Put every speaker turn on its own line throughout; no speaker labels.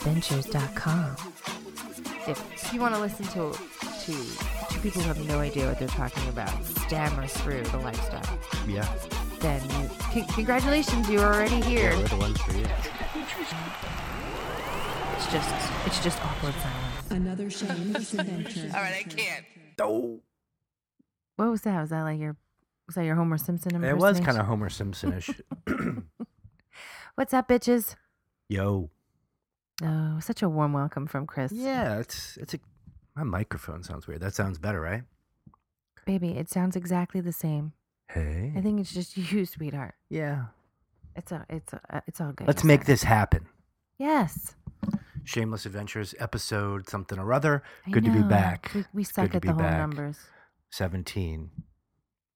shamelessadventures.com. If you want to listen to to two people who have no idea what they're talking about stammer through the lifestyle,
Yeah.
then you, c- congratulations, you're already here.
we're the ones for you.
It's just it's just awkward silence.
Another shameless adventure.
All right, I can't.
What was that? Was that like your was that your Homer Simpson
It was
impersonation?
kind of Homer Simpsonish.
What's up, bitches?
Yo.
Oh, such a warm welcome from Chris.
Yeah, it's it's a my microphone sounds weird. That sounds better, right?
Baby, it sounds exactly the same.
Hey.
I think it's just you, sweetheart.
yeah.
It's a, it's a, it's all good.
Let's
It's
make
all-
this happen.
Yes.
Shameless Adventures episode something or other.
I
Good to be
know.
back.
We, we
It's good
suck
to
at
be
the whole
back.
numbers.
17.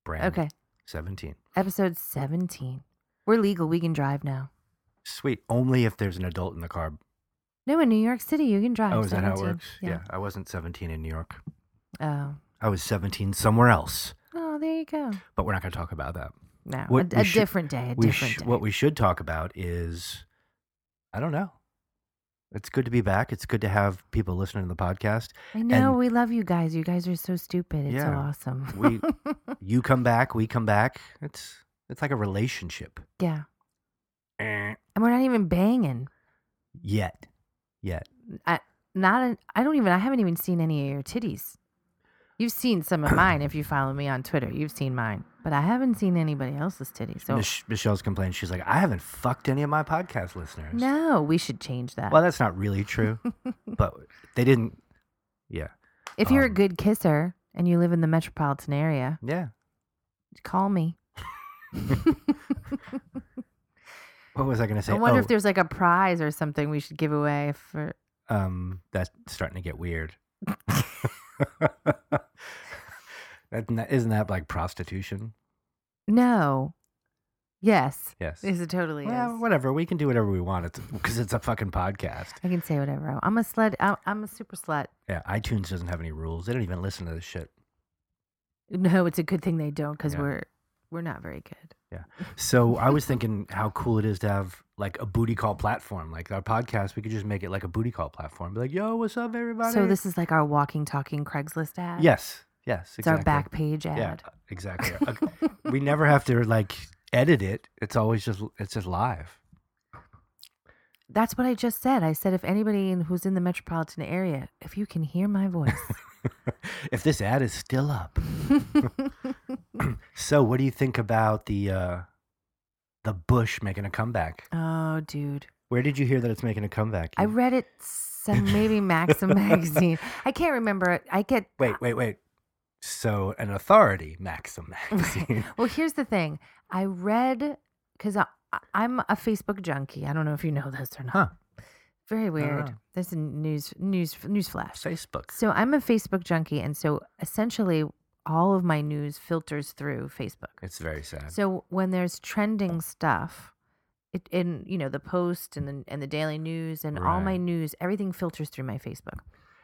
Brand.
Okay.
17.
Episode 17. We're legal. We can drive now.
Sweet. Only if there's an adult in the car.
No, in New York City, you can drive.
oh, is that how it
17.
works? I wasn't 17 in New York.
Oh.
I was 17 somewhere else,
Oh, there you go.
but we're not going to talk about that.
No,
What
a,
we
a
should-
different day. A
we
different
sh-
day.
What we should talk about is, I don't know. It's good to be back. It's good to have people listening to the podcast.
I know.
and-
we love you guys. You guys are so stupid. It's so
Yeah.
awesome.
We, you come back, we come back. It's it's like a relationship.
yeah.
Eh,
And we're not even banging.
Yet, yet.
I, not. An, I don't even. I haven't even seen any of your titties. You've seen some of mine if you follow me on Twitter. You've seen mine, but I haven't seen anybody else's titties. So
Mich- Michelle's complained. She's like, I haven't fucked any of my podcast listeners.
no, we should change that.
Well, that's not really true, but they didn't. Yeah,
if you're a
um,
good kisser and you live in the metropolitan area,
yeah.
call me.
What was I going to say?
I wonder
oh,
if there's like a prize or something we should give away for.
um, that's starting to get weird. that, isn't that like prostitution?
No. Yes.
Yes.
Yes, it totally
well,
is.
whatever. We can do whatever we want. It's because it's a fucking podcast.
I can say whatever. I want. I'm a slut. I'm, I'm a super slut.
Yeah. iTunes doesn't have any rules. They don't even listen to this shit.
No, it's a good thing they don't because
Yeah.
we're we're not very good.
So I was thinking how cool it is to have like a booty call platform, like our podcast. We could just make it like a booty call platform. Be like, yo, what's up, everybody?
So this is like our walking, talking Craigslist ad.
Yes. Yes.
it's
exactly.
our back page ad.
Yeah. Exactly. Okay. we never have to like edit it. It's always just it's just live.
That's what I just said. I said if anybody in, who's in the metropolitan area, if you can hear my voice,
if this ad is still up. so, what do you think about the uh, the Bush making a comeback?
oh, dude.
Where did you hear that it's making a comeback?
I
You-
read it some maybe Maxim magazine. I can't remember it. I get
wait, wait, wait. So, an authority, Maxim magazine.
well. Here's the thing. I read because I'm a Facebook junkie. I don't know if you know this or not.
huh?
Very weird.
know.
This is news news news flash.
Facebook.
So I'm a Facebook junkie, and so essentially all of my news filters through Facebook.
It's very sad.
So when there's trending stuff, it in you know the Post and the and the Daily News and all my
Right.
news, everything filters through my Facebook.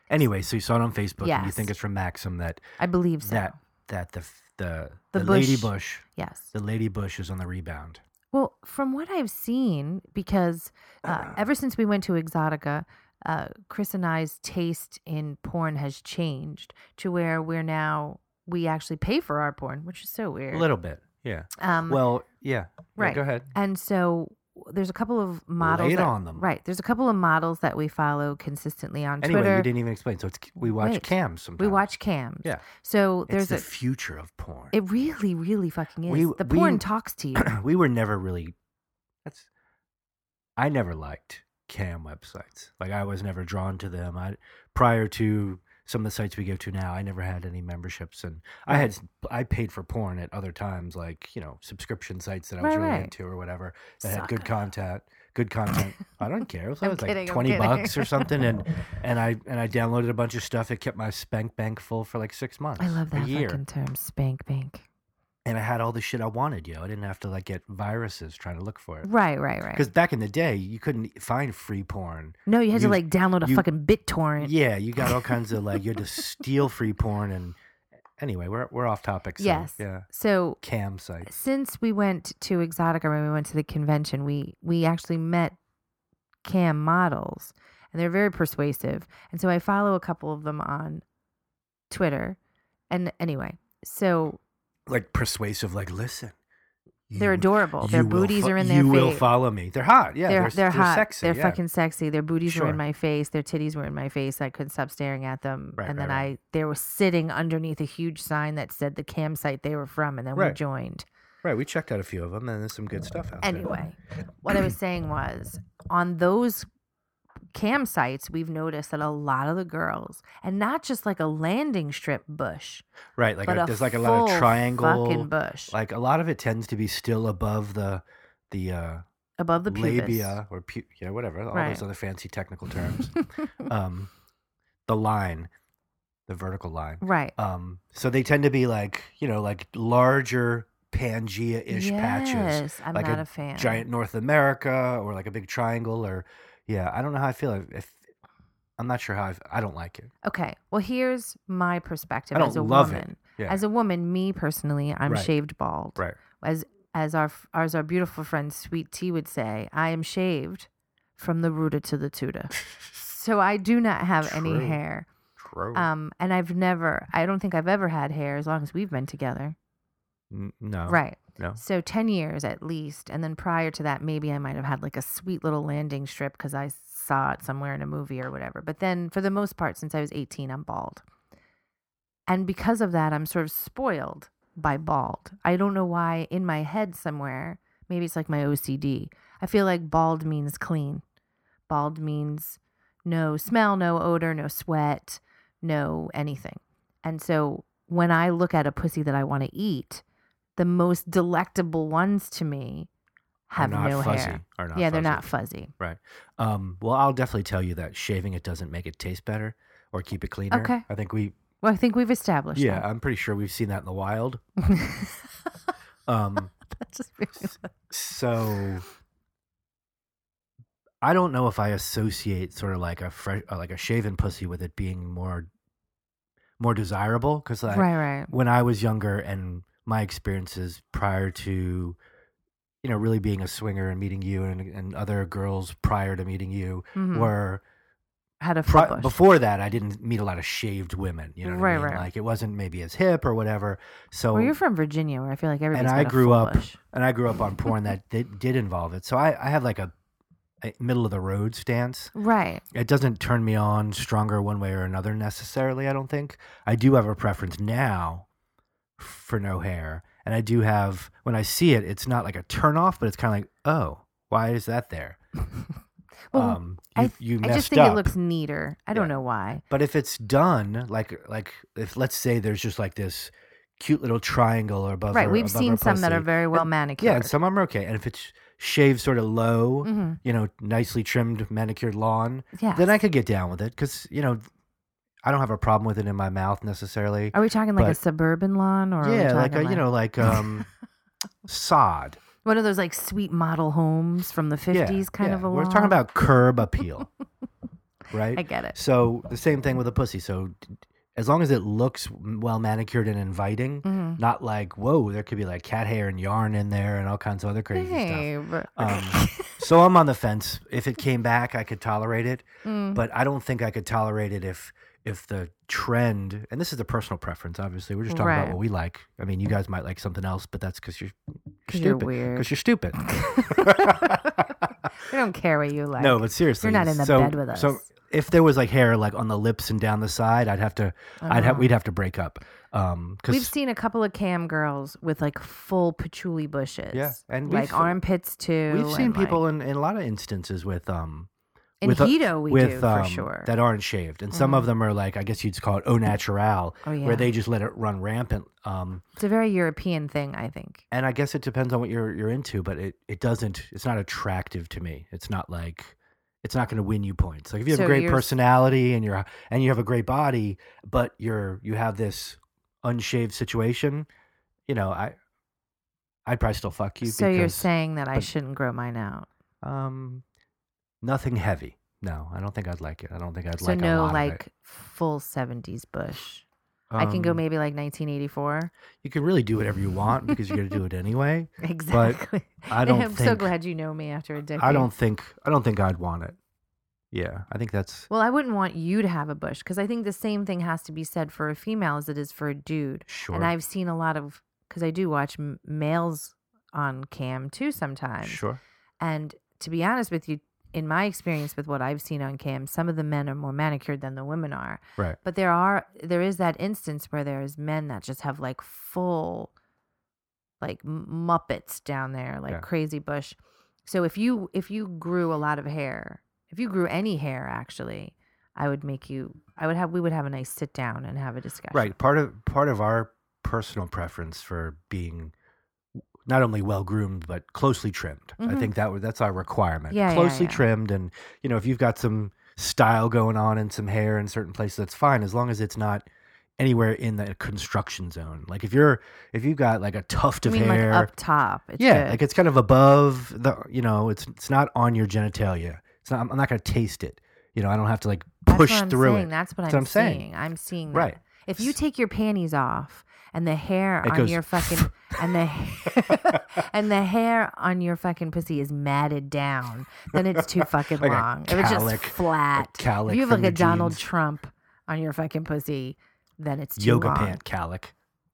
anyway, so you saw it on Facebook, and you think
Yes.
it's from Maxim that
I believe so.
that that the the the,
The
lady
Bush-
Bush,
yes.
the lady Bush is on the rebound.
Well, from what I've seen, because
Uh-huh.
uh, ever since we went to Exotica, uh, Chris and I's taste in porn has changed to where we're now we actually pay for our porn, which is so weird.
A little bit, yeah.
Um,
well, yeah. Yeah,
right.
go ahead.
And so there's a couple of models
Lay it
that-
on them.
Right. There's a couple of models that we follow consistently on
Anyway,
Twitter.
you didn't even explain. So it's we watch
Wait.
cams sometimes.
we watch cams.
Yeah.
So there's
it's the
a
future of porn.
it really, really fucking is.
We-
the
we-
porn talks to you.
we were never really. That's. I never liked cam websites. Like I was never drawn to them. I prior to some of the sites we go to now, I never had any memberships, and I had I paid for porn at other times, like you know subscription sites that I was
Right,
really
right.
into or whatever that had
Suck
good content. Good content. I don't care. It was
I'm
like
kidding, I'm
twenty
kidding.
bucks or something, and and I and I downloaded a bunch of stuff. It kept my spank bank full for like six months.
I love
a
that
year
fucking term, spank bank.
and I had all the shit I wanted, yo. I didn't have to like get viruses trying to look for it.
Right, right, right.
Because back in the day, you couldn't e, find free porn.
No, you had
you-
to like download a
you-
fucking BitTorrent.
Yeah, you got all kinds of like you had to steal free porn. And anyway, we're we're off topic. So,
yes.
Yeah.
So
Cam sites.
since we went to Exotica when we went to the convention, we we actually met cam models and they're very persuasive. And so I follow a couple of them on Twitter. And anyway, so
Like persuasive, like listen.
they're
you-
adorable. Their
you will
booties
fo-
are in their
You will
face.
follow me. They're hot. Yeah,
they're,
they're,
they're hot.
sexy.
they're
yeah.
fucking sexy. Their booties were
Sure.
in my face. Their titties were in my face. I couldn't stop staring at them.
Right,
and
right,
then
right.
I, they were sitting underneath a huge sign that said the campsite they were from. And then we
Right.
joined.
Right, we checked out a few of them, and there's some good stuff out there.
Anyway, what I was saying was on those cam sites, we've noticed that a lot of the girls, and not just like a landing strip bush,
right, like
but
a,
a
there's like a lot
full
of triangle,
fucking bush
like a lot of it tends to be still above the the uh,
above the pubis.
labia or pu- yeah, whatever, all
Right.
those other fancy technical terms. um, the line, the vertical line.
right.
Um, so they tend to be like you know like larger Pangea-ish patches,
Yes, I'm
like
not a, fan.
giant North America or like a big triangle or yeah. I don't know how I feel. If, if I'm not sure how I've, I don't like it.
Okay. Well, here's my perspective
I
as a
don't love it.
woman.
Yeah.
As a woman, me personally, I'm
Right.
shaved bald.
right.
As as our f- as our beautiful friend Sweet Tea would say, I am shaved from the rooter to the tutor. so I do not have
True.
any hair.
True.
Um, and I've never, I don't think I've ever had hair as long as we've been together.
N- no.
Right.
No.
So 10 years at least. And then prior to that, maybe I might have had like a sweet little landing strip because I saw it somewhere in a movie or whatever. But then for the most part, since I was 18, I'm bald. And because of that, I'm sort of spoiled by bald. I don't know why in my head somewhere, maybe it's like my OCD, I feel like bald means clean. Bald means no smell, no odor, no sweat, no anything. And so when I look at a pussy that I want to eat, the most delectable ones to me
Are
have
not
no
fuzzy.
hair.
Are not
yeah, they're
fuzzy.
not fuzzy.
Um, well, I'll definitely tell you that shaving it doesn't make it taste better or keep it cleaner.
Okay.
I think we,
Well, I think we've established
yeah, I'm pretty sure we've seen that in the wild.
that.
Um,
That's just really
so I don't know if I associate sort of like a fresh, uh, like a shaven pussy with it being more, more desirable because like
right, right.
when I was younger and my experiences prior to, you know, really being a swinger and meeting you and, and other girls prior to meeting you
Mhm.
were
Had a
pri-
full bush.
before that, I didn't meet a lot of shaved women. You know, what I
Right,
mean?
right.
Like it wasn't maybe as hip or whatever. So
well, you're from Virginia, where I feel like everybody's
I
got a
grew
full
up-
bush.
and I grew up on porn that did, did involve it. So I, I have like a, a middle of the road stance.
Right.
It doesn't turn me on stronger one way or another necessarily. I don't think I do have a preference now for no hair, and I do have when I see it, it's not like a turn off, but it's kind of like oh, why is that there?
Well,
um, you,
I, th-
you messed
I just think
up.
it looks neater. I don't
Yeah.
know why.
But if it's done, like like if let's say there's just like this cute little triangle or above,
Right.
her-
We've
above
seen
her
some that are
pussy.
very well
And-
manicured.
yeah, and some of them are okay. And if it's shaved sort of low,
hmm
you know, nicely trimmed, manicured lawn,
Yeah.
then I could get down with it because you know, I don't have a problem with it in my mouth necessarily.
Are we talking like a
but-
suburban lawn or? are we
yeah, like a,
Oh, talking
you know, like um, sod.
one of those like sweet model homes from the fifties
yeah,
kind
yeah.
of a
We're
lawn?
talking about curb appeal, right?
I get it.
So the same thing with a pussy. So d- as long as it looks well manicured and inviting,
hmm
not like whoa, there could be like cat hair and yarn in there and all kinds of other crazy stuff.
Babe.
Um, So I'm on the fence. If it came back, I could tolerate it,
Mm.
but I don't think I could tolerate it if if the trend and this is a personal preference. Obviously, we're just talking
Right. Mm-hmm.
about what we like. I mean, you guys might like something else, but that's because you're, you're
'Cause you're
stupid.
weird.
Because you're stupid.
we don't care what you like.
no, but seriously,
you're not in the
so-
bed with us.
So if there was like hair like on the lips and down the side, I'd have to. I'd have.
Uh-huh.
We'd have to break up. Um,
We've
because
seen a couple of cam girls with like full patchouli bushes.
Yeah, and
like
we've-
armpits too.
we've seen
and, like-
people in, in a lot of instances with um
in
with, uh,
Hito. We
with
do for
um,
sure. Mm-hmm.
that aren't shaved, and some of them are like I guess you'd call it au naturel,
oh yeah,
where they just let it run rampant. Um,
it's a very European thing, I think.
and I guess it depends on what you're you're into, but it it doesn't. It's not attractive to me. It's not like it's not going to win you points. Like if you have
So
a great
you're-
personality and you're and you have a great body, but you're you have this unshaved situation, you know, I I'd probably still fuck you.
so you're
because,
saying that I
but-
shouldn't grow mine out.
um, nothing heavy. No, I don't think I'd like it. I don't think I'd
So
like a
no,
lot of it.
like full '70s bush. I can go
Um,
maybe like 1984.
You can really do whatever you want because you're going to do it anyway.
Exactly.
I don't
I'm so
think-
glad you know me after a decade.
I don't think I don't think I'd want it. Yeah, I think that's
Well, I wouldn't want you to have a bush because I think the same thing has to be said for a female as it is for a dude.
sure.
And I've seen a lot of because I do watch m- males on cam too sometimes.
sure.
And to be honest with you, in my experience with what I've seen on cam, some of the men are more manicured than the women are.
Right.
But there are there is that instance where there's men that just have like full like m- muppets down there, like
Yeah.
crazy bush. So if you if you grew a lot of hair, if you grew any hair actually, I would make you I would have we would have a nice sit down and have a discussion.
Right. Part of part of our personal preference for being not only well groomed but closely trimmed. I
Mhm.
think that w- that's our requirement.
Yeah, yeah,
closely
yeah.
trimmed, and you know, if you've got some style going on and some hair in certain places, that's fine as long as it's not anywhere in the construction zone. Like if you're if you've got like a tuft
I
of
mean
hair,
like up top. It's
yeah,
good.
like it's kind of above the you know, it's it's not on your genitalia. It's not. I'm, I'm not going to taste it. You know, I don't have to like
That's
push
what I'm
through
saying.
it.
That's what
That's
I'm,
what I'm saying.
seeing. I'm seeing that.
Right.
If you take your panties off and the hair
It
on
goes
your fucking and the and the hair on your fucking pussy is matted down, then it's too fucking
Like a
long. If it's just
cowlick- a
flat,
cowlick
if you have
from
like a
the
Donald
jeans.
Trump on your fucking pussy, then it's too
Yoga
long.
pant calic.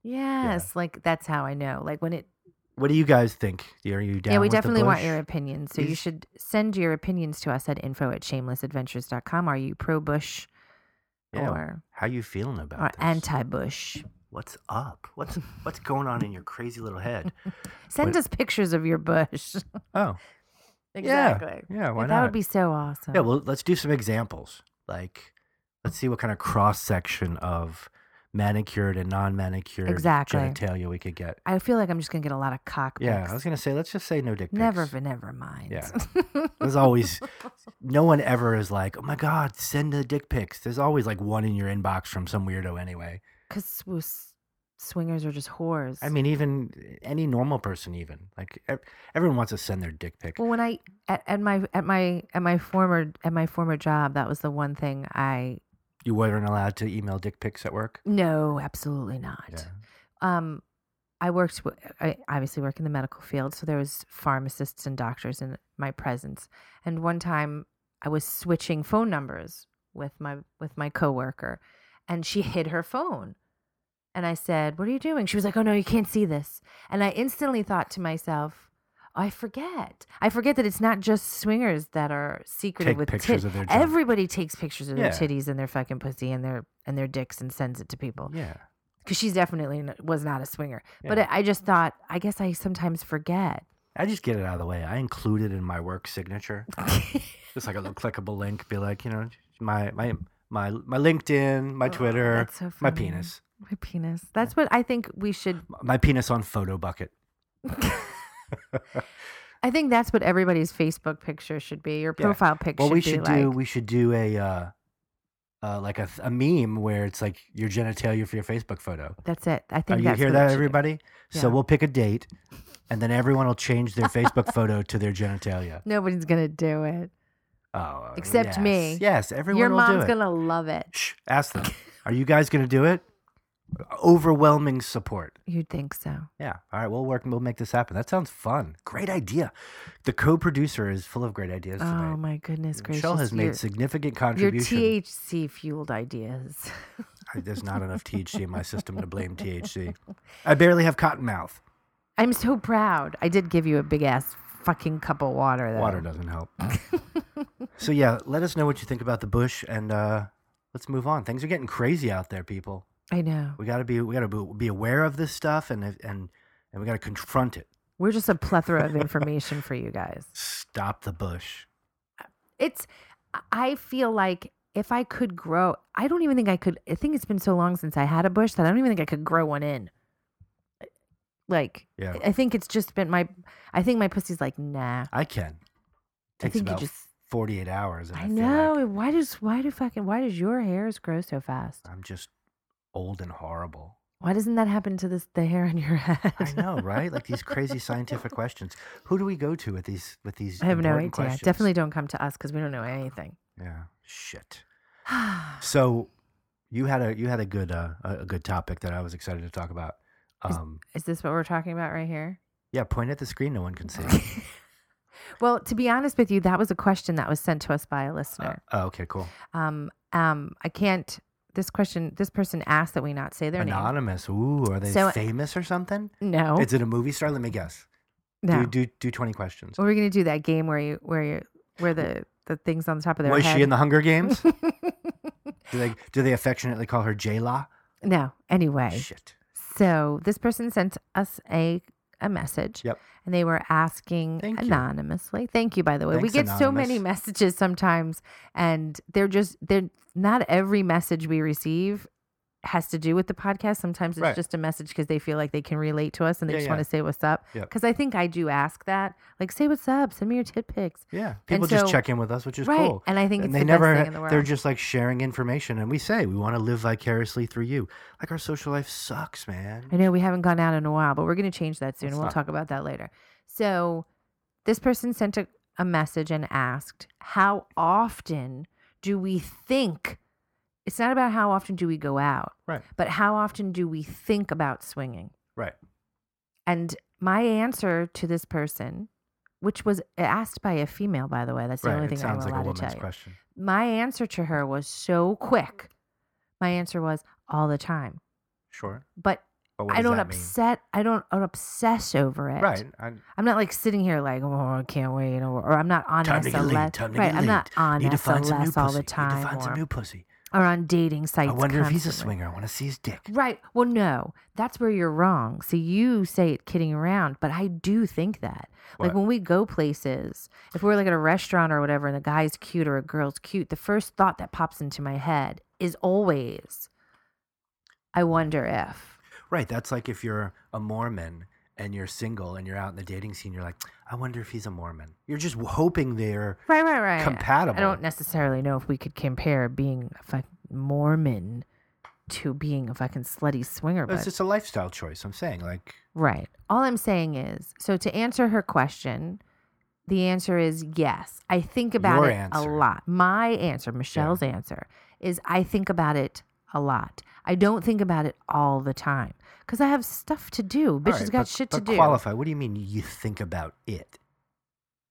Yes, like that's how I know. Like when it.
What do you guys think? Are you down?
yeah, we
with the
definitely want
bush?
your opinions. So you
Is-
should send your opinions to us at info at shamelessadventures.com. Are you pro Bush
Yeah.
or
How you feeling about
or
this?
anti-Bush?
What's up? What's what's going on in your crazy little head?
Send
Wait.
us pictures of your bush.
Oh,
exactly.
yeah. Why
Like,
not?
That would be so awesome.
yeah. Well, let's do some examples. Like, let's see what kind of cross section of manicured and non-manicured
Exactly.
genitalia we could get.
I feel like I'm just gonna get a lot of cock.
Yeah,
pics.
I was gonna say let's just say no dick pics.
never, but never mind.
Yeah. There's always no one ever is like, oh my god, send the dick pics. There's always like one in your inbox from some weirdo anyway.
because swingers are just whores.
I mean, even any normal person, even like ev- everyone wants to send their dick pic.
well, when I at, at my at my at my former at my former job, that was the one thing I
You weren't allowed to email dick pics at work.
no, absolutely not. um i worked w- i obviously work in the medical field so there was pharmacists and doctors in my presence and one time i was switching phone numbers with my with my coworker and she hid her phone and i said what are you doing she was like oh no you can't see this and i instantly thought to myself "Oh, I forget. I forget that it's not just swingers that are secretive
Take
with
pictures
tit-
of their junk.
Everybody takes pictures of
Yeah.
their titties and their fucking pussy and their and their dicks and sends it to people
Yeah.
because she's definitely n- was not a swinger. But
Yeah.
I, I just thought, I guess I sometimes forget.
I just get it out of the way. I include it in my work signature, just like a little clickable link. Be like, you know, my my my my LinkedIn, my
Oh,
Twitter,
that's so
my
funny.
penis,
My penis. That's what I think we should.
my penis on photo bucket.
I think that's what everybody's Facebook picture should be. Your
Yeah.
profile picture.
What we
be
should
like,
do, we should do a uh, uh like a, th- a meme where it's like your genitalia for your Facebook photo.
That's it. I
Are
think.
Oh, you
that's
hear
what it
that,
should be.
everybody? So
Yeah.
we'll pick a date, and then everyone will change their Facebook photo to their genitalia.
Nobody's gonna do it.
Oh,
Except
yes.
me.
Yes, everyone
Your
will do
mom's
it.
gonna love it.
Shh, ask them. Are you guys going to do it? Overwhelming support.
You'd think so.
Yeah. All right, we'll work. We'll make this happen. That sounds fun. Great idea. The co-producer is full of great ideas
Oh
tonight.
my goodness gracious!
Michelle has
your,
made significant
your
contribution.
THC fueled ideas.
I- There's not enough THC in my system to blame THC. I barely have cotton mouth.
I'm so proud. I did give you a big ass fucking cup of water. Though.
Water doesn't help. so yeah, let us know what you think about the bush, and uh, let's move on. Things are getting crazy out there, people.
I know.
We got to be we got to be, be aware of this stuff, and and and we got to confront it.
We're just a plethora of information for you guys.
Stop the bush.
It's, I feel like if I could grow, I don't even think I could. I think it's been so long since I had a bush that I don't even think I could grow one in. Like,
Yeah.
I think it's just been my, I think my pussy's like, nah.
I can.
I think
Takes
you
about
just,
forty eight hours. And I,
I
feel
know.
like
why does, why do fucking, why does your hairs grow so fast?
I'm just old and horrible.
Why doesn't that happen to this, the hair on your head?
I know, right? Like these crazy scientific questions. Who do we go to with these with these?
I have no idea.
important Questions?
Definitely don't come to us because we don't know anything.
Yeah. Shit.
I
So you had a you had a good uh, a a good topic that I was excited to talk about. Um,
Is this what we're talking about right here?
yeah, point at the screen, no one can see.
Well, to be honest with you, that was a question that was sent to us by a
Uh,
listener.
oh, okay, cool.
Um, um, I can't. This question, this person asked that we not say their
Anonymous. Ooh, are they
So- uh,
famous or something?
name. No,
Is it a movie star? Let me guess.
no. Oh,
Do, do do twenty questions.
Well, we're gonna do that game where you where you where the the things on the top of their
Was
head.
she in the Hunger Games? do they do they affectionately call her J La?
no. Anyway,
Shit.
so this person sent us a a message.
Yep.
And they were asking
Thank you.
anonymously. Thank you, by the way. we
Thanks,
get so many
anonymous.
messages sometimes, and they're just they're not every message we receive has to do with the podcast. Sometimes it's
Right.
just a message because they feel like they can relate to us and they
Yeah,
just
yeah.
want to say what's up.
Yep.
Because I think I do ask that, like, say what's up, send me your tit pics.
Yeah, people just
so-
check in with us, which is
right.
cool.
And I think it's
and they
the
never
best thing in the world.
they're just like sharing information and we say we want to live vicariously through you like our social life sucks man
I know we haven't gone out in a while, but we're going to change that soon. and
Let's
We'll
not.
talk about that later. So, this person sent a, a message and asked, How often do we think? It's not about how often do we go out,
Right.
but how often do we think about swinging?
right
And my answer to this person, which was asked by a female, by the way, that's the
right
only
it
thing I'm
sounds like a
allowed to tell
woman's
you
question
my answer to her was so quick. My answer was all the time.
sure
But
but what
I
does
don't
that mean?
upset. I don't I don't obsess over it.
right I,
I'm not like sitting here like, oh, I can't wait, or, or I'm not on
time to get
SLS.
laid time to
right,
get
I'm not
laid.
on
need to find some new
SLS all
pussy
the
need to
time,
find some
or,
new pussy
or on dating sites.
i wonder if he's a
constantly.
swinger i want to see his dick
Right. Well, no, that's where you're wrong. See, you say it kidding around, but I do think that. Like
What?
when we go places, if we're like at a restaurant or whatever, and the guy's cute or a girl's cute, the first thought that pops into my head is always, I wonder if.
right that's like if you're a mormon and you're single and you're out in the dating scene you're like i wonder if he's a mormon you're just hoping they're
Right, right, right.
compatible
I don't necessarily know if we could compare being a fucking Mormon to being a fucking slutty swinger, but
it's just a lifestyle choice i'm saying like
right. All I'm saying is, so to answer her question, the answer is yes. I think about
Your
it a
answer.
lot. My answer, Michelle's answer, is I think about it a lot. I don't think about it all the time because I have stuff to do. Bitches
All right,
got
but-
shit
but
to do.
Qualify. What do you mean you think about it?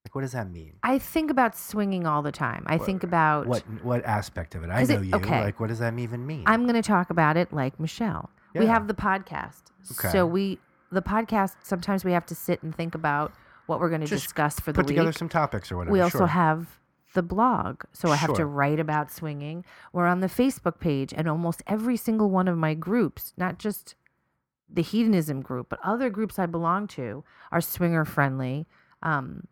Like, what does that mean?
I think about swinging all the time. I think about
What what aspect of it? I
'Cause it-
know you.
okay.
Like, what does that even mean?
I'm going to talk about it like Michelle. We
Yeah.
have the podcast.
Okay.
So we the podcast sometimes we have to sit and think about what we're going to
Just
discuss for the
put
week.
together some topics or whatever.
we also
sure.
have the blog. So I have to
Sure.
write about swinging. We're on the Facebook page and almost every single one of my groups, not just the hedonism group, but other groups I belong to are swinger friendly um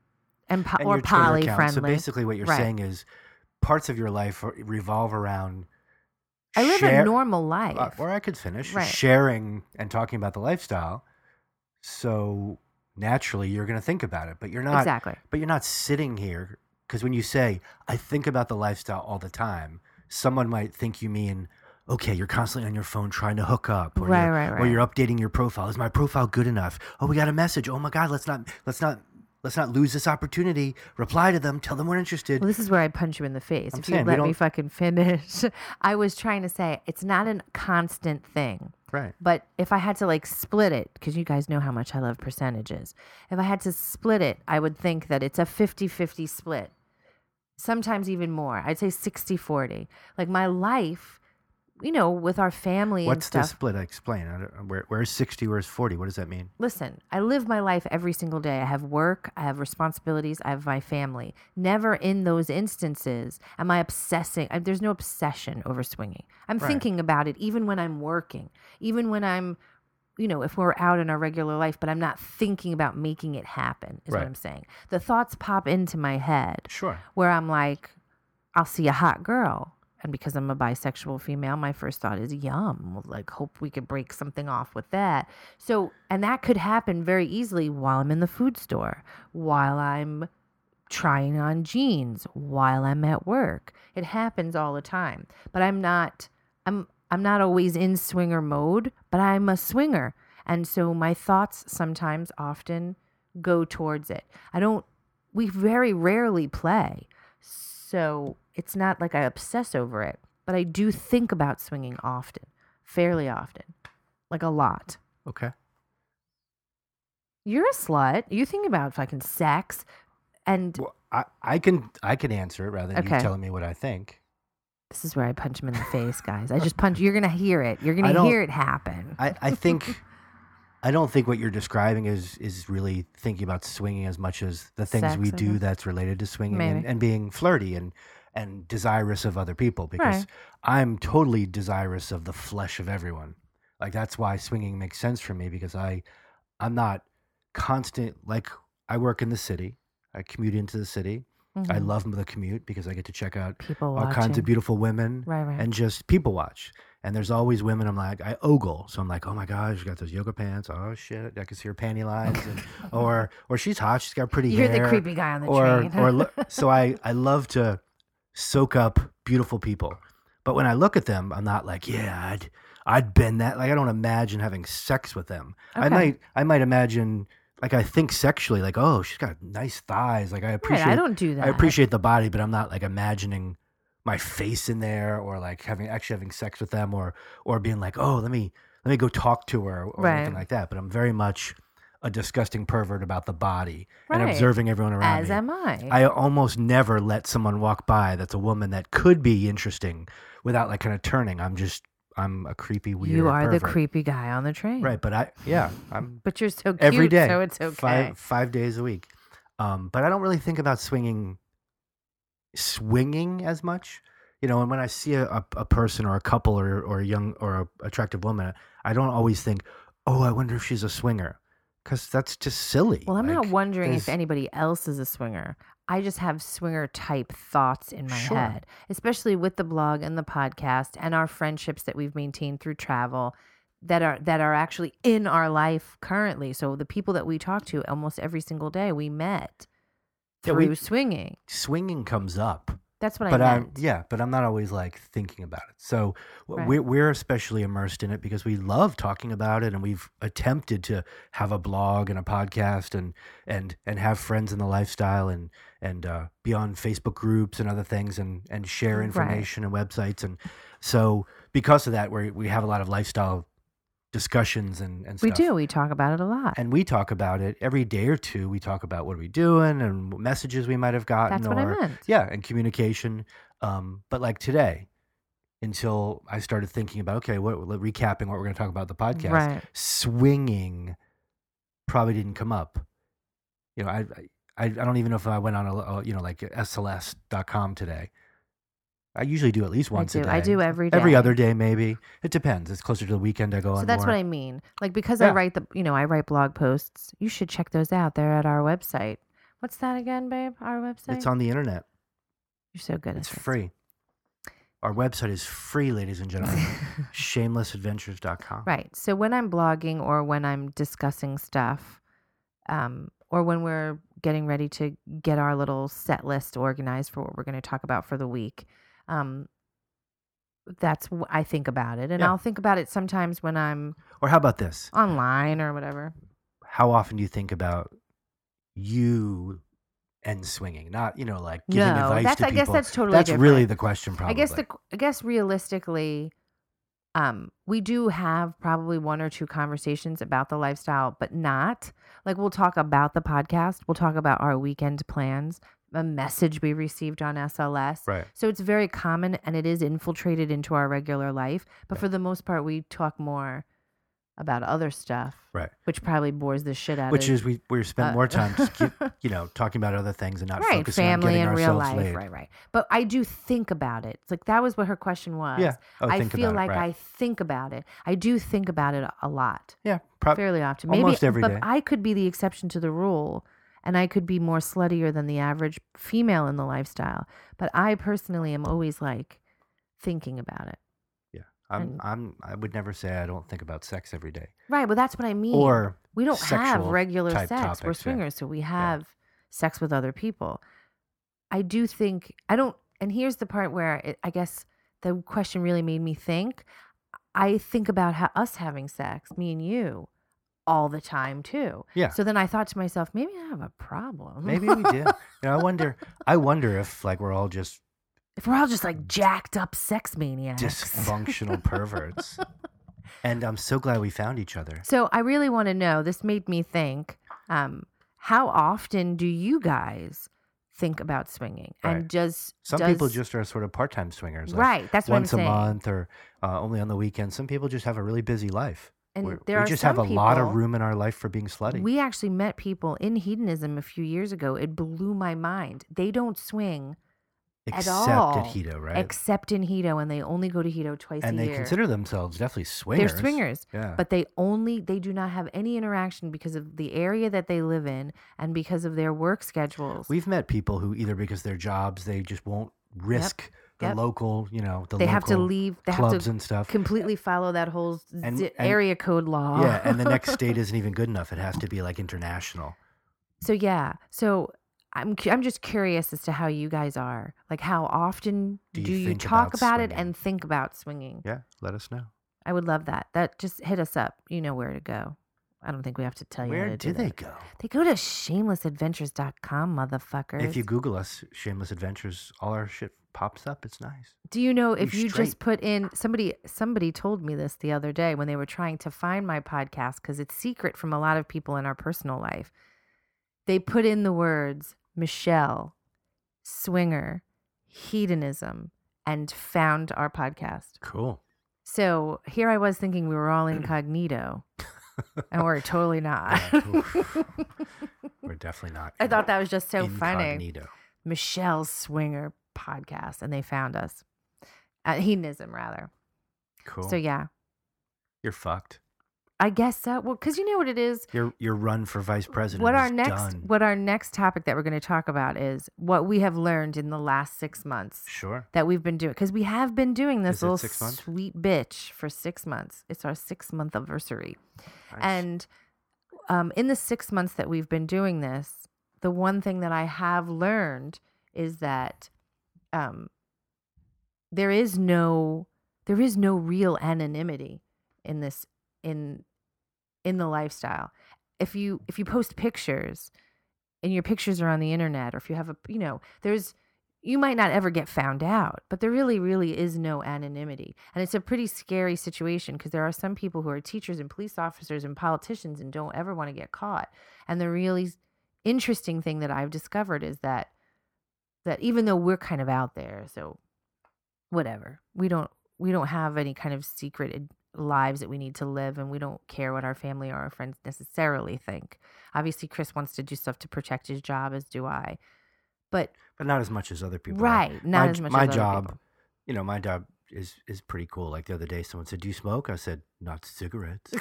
and, po-
And
or
your Twitter
poly
account.
friendly.
So basically, what you're
Right.
saying is parts of your life are- revolve around.
I live
share-
a normal life.
uh, Or I could finish
Right.
sharing and talking about the lifestyle. So naturally, you're going to think about it, but you're not.
exactly.
But you're not sitting here because when you say, I think about the lifestyle all the time, someone might think you mean, okay, you're constantly on your phone trying to hook up. Or
Right,
you're,
right,
Or
right.
you're updating your profile. Is my profile good enough? Oh, we got a message. Oh my God, let's not, let's not, let's not lose this opportunity. Reply to them. Tell them we're interested.
Well, this is where I punch you in the face.
I'm
if
saying
you
we
let me
don't-
fucking finish. I was trying to say it's not a constant thing.
right.
But if I had to like split it, because you guys know how much I love percentages, if I had to split it, I would think that it's a 50 50 split, sometimes even more. I'd say 60 40. Like my life, you know, with our family and
What's the
stuff.
split? Explain. I don't- Where, where's 60? Where's 40? What does that mean?
Listen, I live my life every single day. I have work, I have responsibilities, I have my family. Never in those instances am I obsessing. I, there's no obsession over swinging. I'm
Right.
thinking about it even when I'm working, even when I'm, you know, if we're out in our regular life, but I'm not thinking about making it happen, is what
Right.
I'm saying. The thoughts pop into my head
Sure.
where I'm like, I'll see a hot girl. And because I'm a bisexual female, my first thought is, yum, like, hope we could break something off with that. So, and that could happen very easily while I'm in the food store, while I'm trying on jeans, while I'm at work. It happens all the time. But I'm not, I'm, I'm not always in swinger mode, but I'm a swinger. And so my thoughts sometimes often go towards it. I don't, we very rarely play. So it's not like I obsess over it, but I do think about swinging often, fairly often, like a lot.
Okay.
You're a slut. You think about fucking sex, and
Well, I, I can I can answer it rather than
Okay.
you telling me what I think.
this is where I punch him in the face, guys. I just punch. You're gonna hear it. You're
I
gonna
don't-
hear it happen.
I, I think I don't think what you're describing is is really thinking about swinging as much as the things we
Sex, I
do
guess.
that's related to swinging and,
Maybe.
and being flirty and and desirous of other people because
Right.
I'm totally desirous of the flesh of everyone. Like that's why swinging makes sense for me because I I'm not constant like I work in the city. I commute into the city. I
Mhm.
love the commute because I get to check out
people
all
watching.
kinds of beautiful women
Right, right.
and just people watch. And there's always women. I'm like, I ogle, so I'm like, oh my gosh, she got those yoga pants. Oh shit, I can see her panty lines. And, or or she's hot. She's got pretty
You're
hair.
the creepy guy on the
or
train.
or lo- so I I love to soak up beautiful people. But when I look at them, I'm not like, yeah, I'd I'd bend that. Like I don't imagine having sex with them. I
Okay.
might I might imagine like I think sexually, like, oh, she's got nice thighs. Like I appreciate
right, I don't do that.
I appreciate the body, but I'm not like imagining my face in there or like having actually having sex with them or or being like, oh, let me let me go talk to her or
Right.
anything like that. But I'm very much a disgusting pervert about the body and
Right.
observing everyone around
As
me.
am I.
I almost never let someone walk by that's a woman that could be interesting without like kind of turning. I'm just I'm a creepy weird.
you are the
pervert.
creepy guy on the train.
Right, but I yeah, I'm
But you're so cute,
every day.
so it's okay.
Five five days a week. Um, but I don't really think about swinging, swinging as much. You know, and when I see a, a, a person or a couple or or a young or a attractive woman, I don't always think, oh, I wonder if she's a swinger, because that's just silly.
Well, I'm not
Like,
wondering if
there's-
anybody else is a swinger. I just have swinger type thoughts in my
Sure.
head, especially with the blog and the podcast and our friendships that we've maintained through travel that are that are actually in our life currently. So the people that we talk to almost every single day we met
Yeah,
through
we-
swinging.
swinging comes up.
That's what
but
I
I'm
meant.
yeah, but I'm not always like thinking about it. So w-
Right.
we're we're especially immersed in it because we love talking about it, and we've attempted to have a blog and a podcast, and and and have friends in the lifestyle, and and uh, be on Facebook groups and other things, and and share
Right.
information and websites, and so because of that, we we have a lot of lifestyle discussions and and
we
stuff.
do. We talk about it a lot.
And we talk about it every day or two. We talk about what are we doing and messages we might have gotten.
That's
or,
what I meant.
yeah and communication um but like today until i started thinking about okay what recapping what we're going to talk about the podcast
Right.
swinging probably didn't come up you know i i, I don't even know if i went on a, a you know like sls.com today i usually do at least once
I
a
do.
day
I do every day.
every other day maybe it depends it's closer to the weekend i go
So
on
that's
more.
what I mean. Like because I
Yeah.
write the, you know, I write blog posts. You should check those out. They're at our website. What's that again, babe? Our website.
it's on the internet
You're so good. at
it's
this.
free our website is free ladies and gentlemen shamelessadventures.com
Right. So when I'm blogging or when I'm discussing stuff, um, or when we're getting ready to get our little set list organized for what we're going to talk about for the week, um, that's what I think about it, and
Yeah.
I'll think about it sometimes when I'm
Or how about this?
online or whatever.
How often do you think about you and swinging? Not you know like giving
no,
advice
that's
to
I
people.
guess that's totally
That's
different.
really the question. Probably.
I guess the I guess realistically, um, we do have probably one or two conversations about the lifestyle, but not like we'll talk about the podcast. We'll talk about our weekend plans, a message we received on SLS.
right.
So it's very common and it is infiltrated into our regular life. But for the most part, we talk more about other stuff,
Right.
which probably bores the shit out of
Which is we we spend
uh,
more time just keep, you know talking about other things and not
right,
focusing on
family
getting
and real
ourselves
life,
laid.
right, right. But I do think about it. It's like that was what her question was.
Yeah. Oh,
I
think
feel
about
like
it. Right.
I think about it. I do think about it a- a lot,
yeah. Prob-
fairly often.
Uh, almost
Maybe,
every
but
day.
I could be the exception to the rule, and I could be more sluttier than the average female in the lifestyle. But I personally am always like thinking about it.
I'm,
and-
I'm I would never say I don't think about sex every day.
Right. Well, that's what I mean.
Or
we don't have
sexual
regular
type
sex. We're
topics, yeah.
swingers, so we have sex with other people. I do think I don't. And here's the part where it, I guess the question really made me think. I think about how us having sex, me and you, all the time too.
Yeah.
So then I thought to myself, maybe I have a problem.
maybe we do. you know, I wonder. I wonder if like we're all just
if we're all just like jacked up sex maniacs.
dysfunctional perverts. And I'm so glad we found each other.
So I really want to know. This made me think. Um, how often do you guys think about swinging?
Right.
And does
Some people
does-
just are sort of part time swingers. Like
right? That's what I'm
once a
saying.
month or uh, only on the weekends. Some people just have a really busy life.
and
We're-
there
we
are
just
some
have a lot of
people-
room in our life for being slutty.
We actually met people in hedonism a few years ago. It blew my mind. They don't swing at
except
all.
at Hito, right?
except in Hedo, and they only go to Hedo twice
and
a
they
year.
consider themselves definitely
They're
swingers.
swingers,
Yeah.
but they only they do not have any interaction because of the area that they live in and because of their work schedules.
We've met people who either because their jobs they just won't risk the
yep.
local, you know, the
they
local
have to leave. They
clubs
have to
and stuff.
completely follow that whole z-
And- and-
area code law.
Yeah, and the next state isn't even good enough. It has to be like international.
So yeah, so I'm cu- I'm just curious as to how you guys are. Like how often
Do
do
you
you,
think
talk
about
about, it
swinging?
and think about swinging?
Yeah, let us know.
I would love that. That just hit us up. You know where to go. I don't think we have to tell you. how
Where
to
do they
that.
go?
They go to shamelessadventures.com, motherfuckers.
If you Google us, Shameless Adventures, all our shit pops up. It's nice.
Do you know
You
if you
straight.
just put in somebody somebody told me this the other day when they were trying to find my podcast cuz it's secret from a lot of people in our personal life. They put in the words Michelle, swinger, hedonism and found our podcast.
Cool.
So, here I was thinking we were all incognito and we're totally not.
Yeah, oof. We're definitely not.
I thought that was just so funny.
incognito.
Michelle Swinger podcast and they found us. Uh, hedonism rather.
Cool.
So yeah.
You're fucked.
I guess so. Well, because you know what it is.
Your your run for vice president.
what
is
our next
done.
what our next topic that we're going to talk about is what we have learned in the last six months
Sure.
that we've been doing because we have been doing this
Is it
little
six months?
sweet bitch for six months. It's our six month anniversary,
Nice.
and um, in the six months that we've been doing this, the one thing that I have learned is that um, there is no there is no real anonymity in this in in the lifestyle if you if you post pictures and your pictures are on the internet or if you have a you know there's you might not ever get found out but there really really is no anonymity and it's a pretty scary situation because there are some people who are teachers and police officers and politicians and don't ever want to get caught and the really s- interesting thing that i've discovered is that that even though we're kind of out there so whatever we don't we don't have any kind of secret ad- lives that we need to live and we don't care what our family or our friends necessarily think obviously chris wants to do stuff to protect his job as do i but
but not as much as other people. are.
right not
my,
as much
my
as other
job
people.
you know my job is is pretty cool like the other day someone said do you smoke i said not cigarettes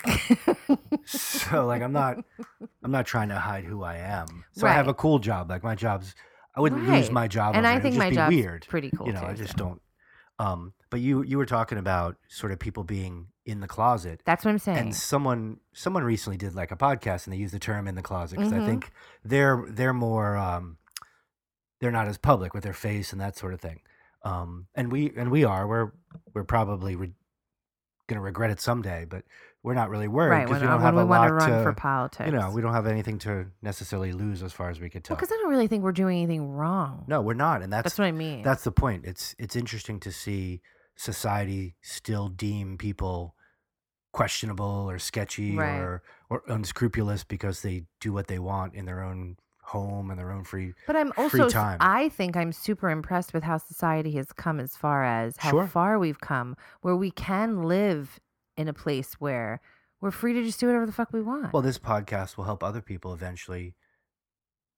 so like i'm not i'm not trying to hide who i am so i have a
Right.
cool job like my job's i wouldn't lose
Right.
my job
and
over it.
i
It'd
think
just
my
be
job's
weird
pretty cool
you know
too,
i just
so.
don't um but you you were talking about sort of people being in the closet
that's what i'm saying
and someone someone recently did like a podcast and they used the term in the closet because I
Mhm.
think they're they're more um, they're not as public with their face and that sort of thing. Um, and we and we are we're we're probably re- gonna regret it someday, but we're not really worried
right
because
when,
we don't
when
have
we
a
want
lot
to run
to
for politics
you know we don't have anything to necessarily lose as far as we could tell.
because i don't really think we're doing anything wrong
no, we're not, and that's
that's what i mean
that's the point. It's it's interesting to see society still deem people questionable or sketchy
Right.
or or unscrupulous because they do what they want in their own home and their own free.
But I'm
free
also, s-
time.
I think I'm super impressed with how society has come as far as how
Sure.
far we've come, where we can live in a place where we're free to just do whatever the fuck we want.
Well, this podcast will help other people eventually.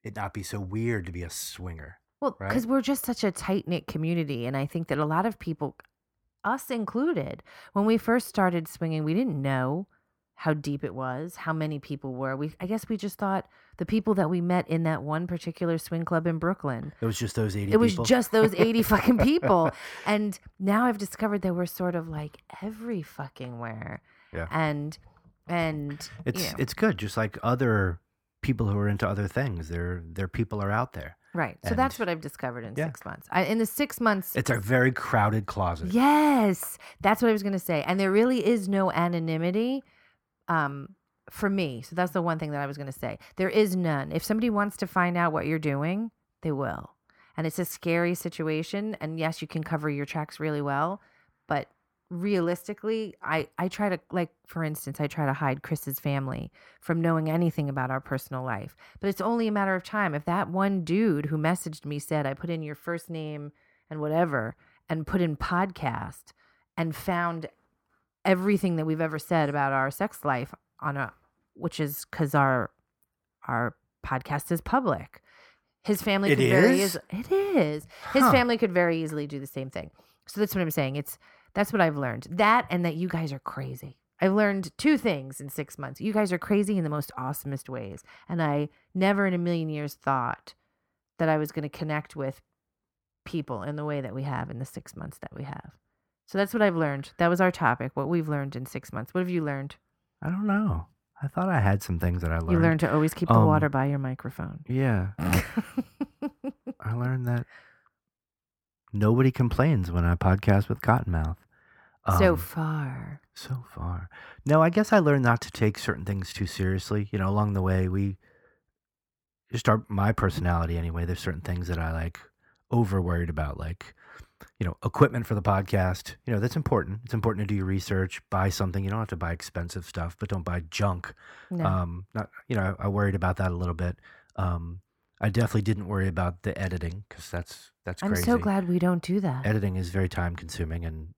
It not be so weird to be a swinger.
Well,
right?
because we're just such a tight knit community. And I think that a lot of people, us included, when we first started swinging, we didn't know how deep it was, how many people were. We, I guess we just thought the people that we met in that one particular swing club in Brooklyn
It was just those eighty.
it was
people.
just those 80 fucking people and now i've discovered that we're sort of like every fucking where
Yeah.
and and
It's
you know,
it's good. Just like other people who are into other things, their their people are out there.
right so that's
and-
what i've discovered in
yeah.
six months I, in the six months
It's a very crowded closet.
yes that's what i was going to say and there really is no anonymity um for me so that's the one thing that i was going to say there is none if somebody wants to find out what you're doing they will and it's a scary situation and yes you can cover your tracks really well but realistically, I I try to like for instance, I try to hide Chris's family from knowing anything about our personal life. But it's only a matter of time if that one dude who messaged me said I put in your first name and whatever and put in podcast and found everything that we've ever said about our sex life on a which is cuz our our podcast is public. His family
It
could very
is?
eas- it is. His
Huh.
family could very easily do the same thing. So that's what I'm saying. It's that's what I've learned. That and that you guys are crazy. I've learned two things in six months. You guys are crazy in the most awesomest ways. And I never in a million years thought that I was going to connect with people in the way that we have in the six months that we have. So that's what I've learned. That was our topic, what we've learned in six months. What have you learned?
I don't know. I thought I had some things that I learned.
You learned to always keep the
Um,
water by your microphone.
Yeah.
Mm.
I learned that nobody complains when I podcast with Cottonmouth.
so
Um,
far.
So far. No, I guess I learned not to take certain things too seriously. You know, along the way, we just our my personality anyway. There's certain things that I like over worried about, like you know, equipment for the podcast. You know, that's important. It's important to do your research, buy something. You don't have to buy expensive stuff, but don't buy junk.
No.
Um, not you know, I, I worried about that a little bit. Um, I definitely didn't worry about the editing because that's that's
I'm
crazy
so glad we don't do that.
editing is very time consuming and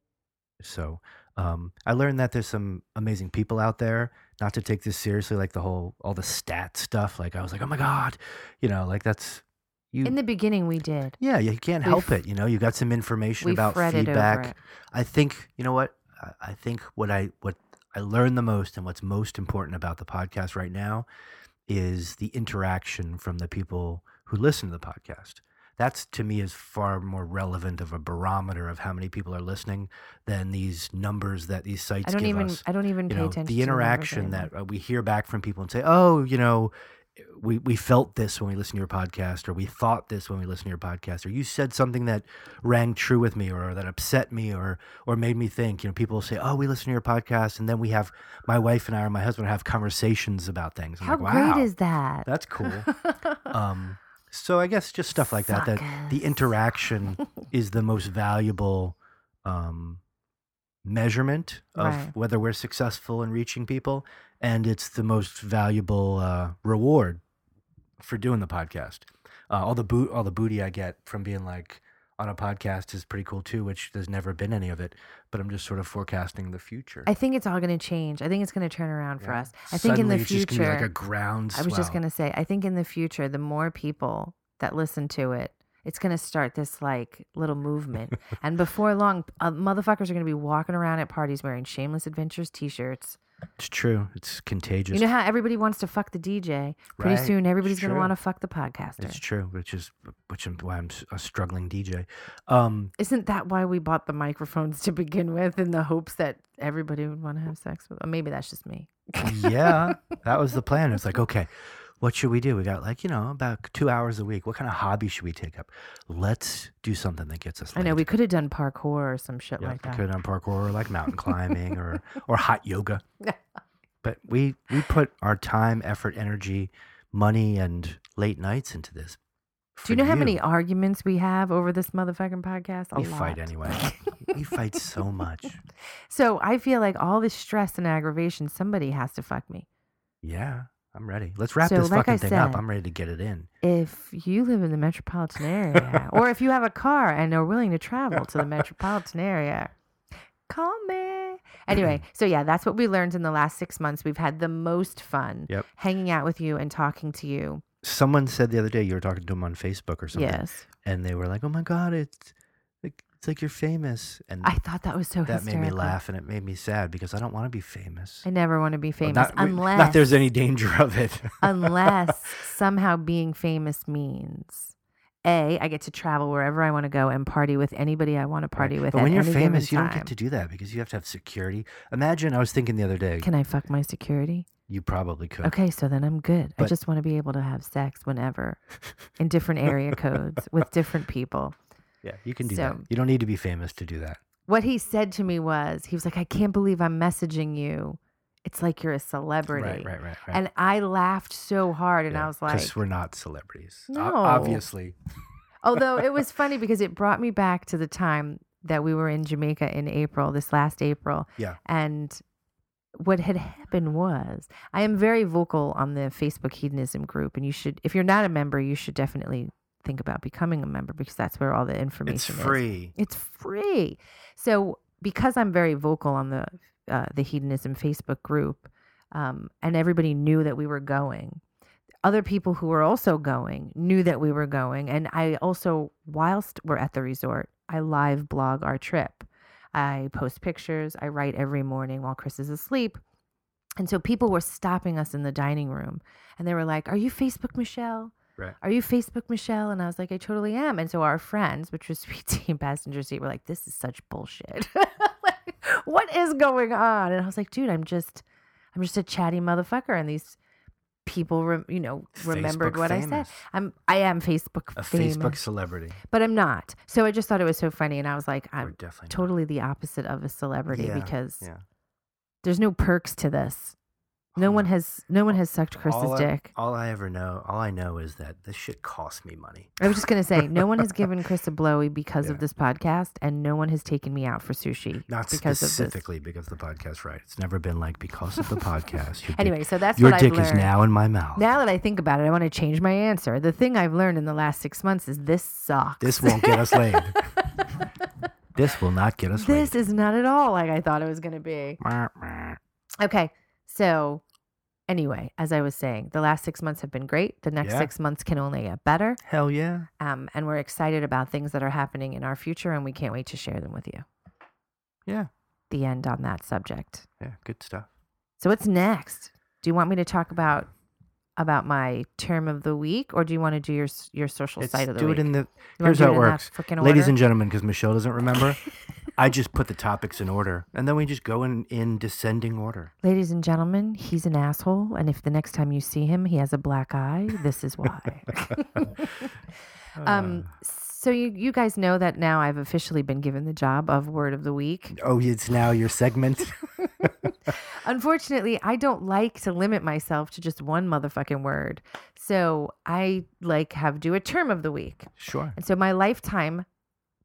so um, i learned that there's some amazing people out there not to take this seriously like the whole all the stat stuff like i was like oh my god you know like that's you
in the beginning, we did.
yeah you can't
we
help
f-
it you know you got some information
We
about
fretted over
feedback
it.
i think you know what I- i think what i what i learned the most and what's most important about the podcast right now is the interaction from the people who listen to the podcast that's to me is far more relevant of a barometer of how many people are listening than these numbers that these sites
I don't
give
even.
us.
I don't even
You
pay
know,
attention.
the
to numbers
interaction
anymore.
that uh, we hear back from people and say, "Oh, you know, we we felt this when we listened to your podcast, or we thought this when we listened to your podcast, or you said something that rang true with me, or that upset me, or or made me think." You know, people say, "Oh, we listen to your podcast," and then we have my wife and I or my husband have conversations about things. I'm
How
like,
great
wow,
is that?
that's cool. um, so I guess just stuff like that. That the
Suckers.
interaction is the most valuable um, measurement of
Right.
whether we're successful in reaching people, and it's the most valuable uh, reward for doing the podcast. Uh, all the boot, all the booty I get from being like on a podcast is pretty cool too. Which there's never been any of it, but I'm just sort of forecasting the future.
I think it's all going to change. I think it's going to turn around for
Yeah.
us. I think in
Suddenly
the
it's
future,
just gonna be like a ground.
I was just going to say, I think in the future, the more people that listen to it, it's going to start this like little movement. and before long, uh, motherfuckers are going to be walking around at parties wearing Shameless Adventures t shirts.
It's true. It's contagious.
You know how everybody wants to fuck the DJ? Pretty
Right.
soon,
It's
everybody's going to
true.
want to fuck the podcaster.
It's true, which is which is why I'm s- a struggling DJ. Um,
Isn't that why we bought the microphones to begin with in the hopes that everybody would want to have sex with? Or maybe that's just me.
yeah, that was the plan. It's like, okay, what should we do? We got like you know about two hours a week. What kind of hobby should we take up? Let's do something that gets us.
I know
laid.
we could have done parkour or some shit
yeah,
like
we
that.
could on parkour or like mountain climbing or or hot yoga. But we we put our time, effort, energy, money, and late nights into this.
Do you
for
know how many arguments we have over this motherfucking podcast? A
we
lot.
fight anyway? we fight so much.
So I feel like all this stress and aggravation, somebody has to fuck me.
Yeah, I'm ready. Let's wrap
So,
this
like I
fucking thing up.
said-
I'm ready to get it in.
If you live in the metropolitan area, or if you have a car and are willing to travel to the metropolitan area, call me. Anyway, so yeah, that's what we learned in the last six months. We've had the most fun
Yep.
hanging out with you and talking to you.
someone said the other day you were talking to them on Facebook or something,
Yes.
and they were like, "Oh my god, it's like it's like you're famous," and
I thought that was so
that
hysterical.
made me laugh and it made me sad because I don't want to be famous.
I never want to be
Well,
famous
not, we-
unless
not there's any danger of it.
unless somehow being famous means a I get to travel wherever I want to go and party with anybody I want to party with.
but
at
when you're
any given
famous, you don't
time.
get to do that because you have to have security. Imagine I was thinking the other day,
Can I fuck my security?
you probably could.
Okay, so then I'm good. I
But-
just want to be able to have sex whenever in different area codes with different people.
Yeah, you can do that.
So-
You don't need to be famous to do that.
What he said to me was, he was like, I can't believe I'm messaging you. It's like you're a celebrity.
Right, right, right, right.
And I laughed so hard and I was like,
because we're not celebrities. O-
No.
obviously.
Although it was funny because it brought me back to the time that we were in Jamaica in April, this last April.
Yeah.
And what had happened was I am very vocal on the Facebook hedonism group and you should if you're not a member, you should definitely think about becoming a member because that's where all the information
It's
is.
free.
It's free. So because I'm very vocal on the uh, the hedonism Facebook group, um, and everybody knew that we were going. Other people who were also going knew that we were going, and I also, whilst we're at the resort, I live blog our trip. I post pictures. I write every morning while Chris is asleep. And so people were stopping us in the dining room and they were like, Are you Facebook Michelle?
Right.
Are you Facebook Michelle? And I was like, I totally am. And so our friends, which was sweet tea and passenger seat, were like, This is such bullshit. like, what is going on? And I was like, dude, I'm just I'm just a chatty motherfucker. And these people re- you know, remembered
Facebook
what I said.
famous.
I'm I am Facebook
A
famous,
Facebook celebrity.
But I'm not. So I just thought it was so funny and I was like,
We're
I'm
definitely not.
totally the opposite of a celebrity
Yeah,
because
yeah.
there's no perks to this. No one has no one has sucked Chris's
all I,
dick.
All I ever know, all I know is that this shit costs me money.
I was just gonna say, no one has given Chris a blowy because
Yeah.
of this podcast, and no one has taken me out for sushi
Not
because
specifically because of the podcast, right? It's never been like because of the podcast. Your
of this. Anyway,
dick,
so that's
your
what
dick
I've learned.
is now in my mouth.
Now that I think about it, I want to change my answer. The thing I've learned in the last six months is this sucks.
this won't get us laid. this will not get us
this is not at all like I thought it was gonna be.
laid.
Okay, so anyway, as I was saying, the last six months have been great. The next
Yeah.
six months can only get better.
Hell yeah.
um, and we're excited about things that are happening in our future, and we can't wait to share them with you.
Yeah.
The end on that subject.
Yeah. Good stuff.
So what's next? Do you want me to talk about about my term of the week, or do you want to do your s- your social
Let's
site of the
do
week?
it in the.
You wanna
here's
do
how
it
it
in that
works,
frickin'
ladies
order?
and gentlemen, because Michelle doesn't remember. I just put the topics in order, and then we just go in in descending order.
Ladies and gentlemen, he's an asshole, and if the next time you see him, he has a black eye, this is why. um, so you you guys know that now I've officially been given the job of word of the week.
Oh, it's now your segment.
Unfortunately, I don't like to limit myself to just one motherfucking word. So I like have do a term of the week.
sure.
And so my lifetime,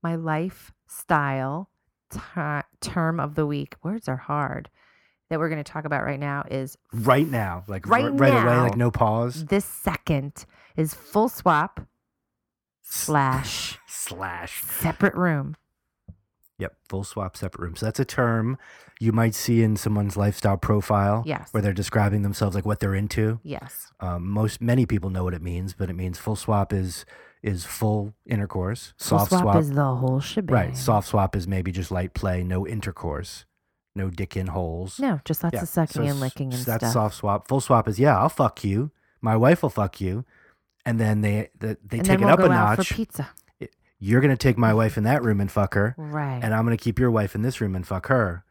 my lifestyle ter- term of the week, words are hard, that we're going to talk about right now is
Right now, like
Right
r- right away,
now.
like no pause.
this second is full swap slash
slash.
separate room.
Yep, full swap, separate rooms. That's a term you might see in someone's lifestyle profile.
Yes.
Where they're describing themselves, like what they're into.
Yes.
Um, most many people know what it means, but it means full swap is is full intercourse.
Full
Soft
swap, is the whole shebang.
right. Soft swap is maybe just light play, no intercourse, no dick in holes.
No, just lots
Yeah,
of sucking
so
and licking
s-
and
so that's
stuff.
soft swap. Full swap is yeah, I'll fuck you. My wife will fuck you, and then they the, they
and
take
then
it
we'll
up
go
a
out
notch.
for pizza.
You're gonna take my wife in that room and fuck her,
Right.
and I'm gonna keep your wife in this room and fuck her,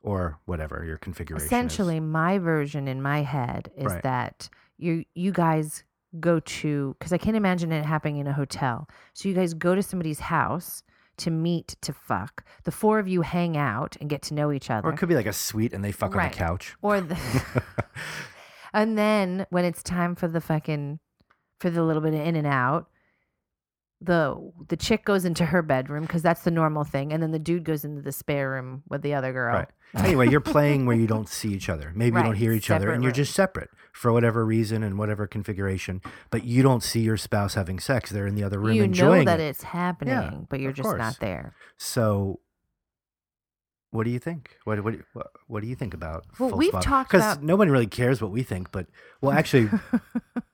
or whatever your configuration. is.
essentially my version in my head is
Right.
that you you guys go to because i can't imagine it happening in a hotel so you guys go to somebody's house to meet to fuck the four of you hang out and get to know each other
or it could be like a suite, and they fuck on
Right.
the couch.
or the and then when it's time for the fucking for the little bit of in and out the the chick goes into her bedroom because that's the normal thing and then the dude goes into the spare room with the other girl
Right. Anyway, you're playing where you don't see each other. Maybe you don't
Right,
hear each other,
separate
and you're
rooms.
just separate for whatever reason and whatever configuration. But you don't see your spouse having sex; they're in the other room
you
enjoying
know that
it.
it's happening but you're
of
just
course.
not there
So, what do you think? What what what, what do you think about?
Well, we've talked
because
about-
no one really cares what we think, but well, actually,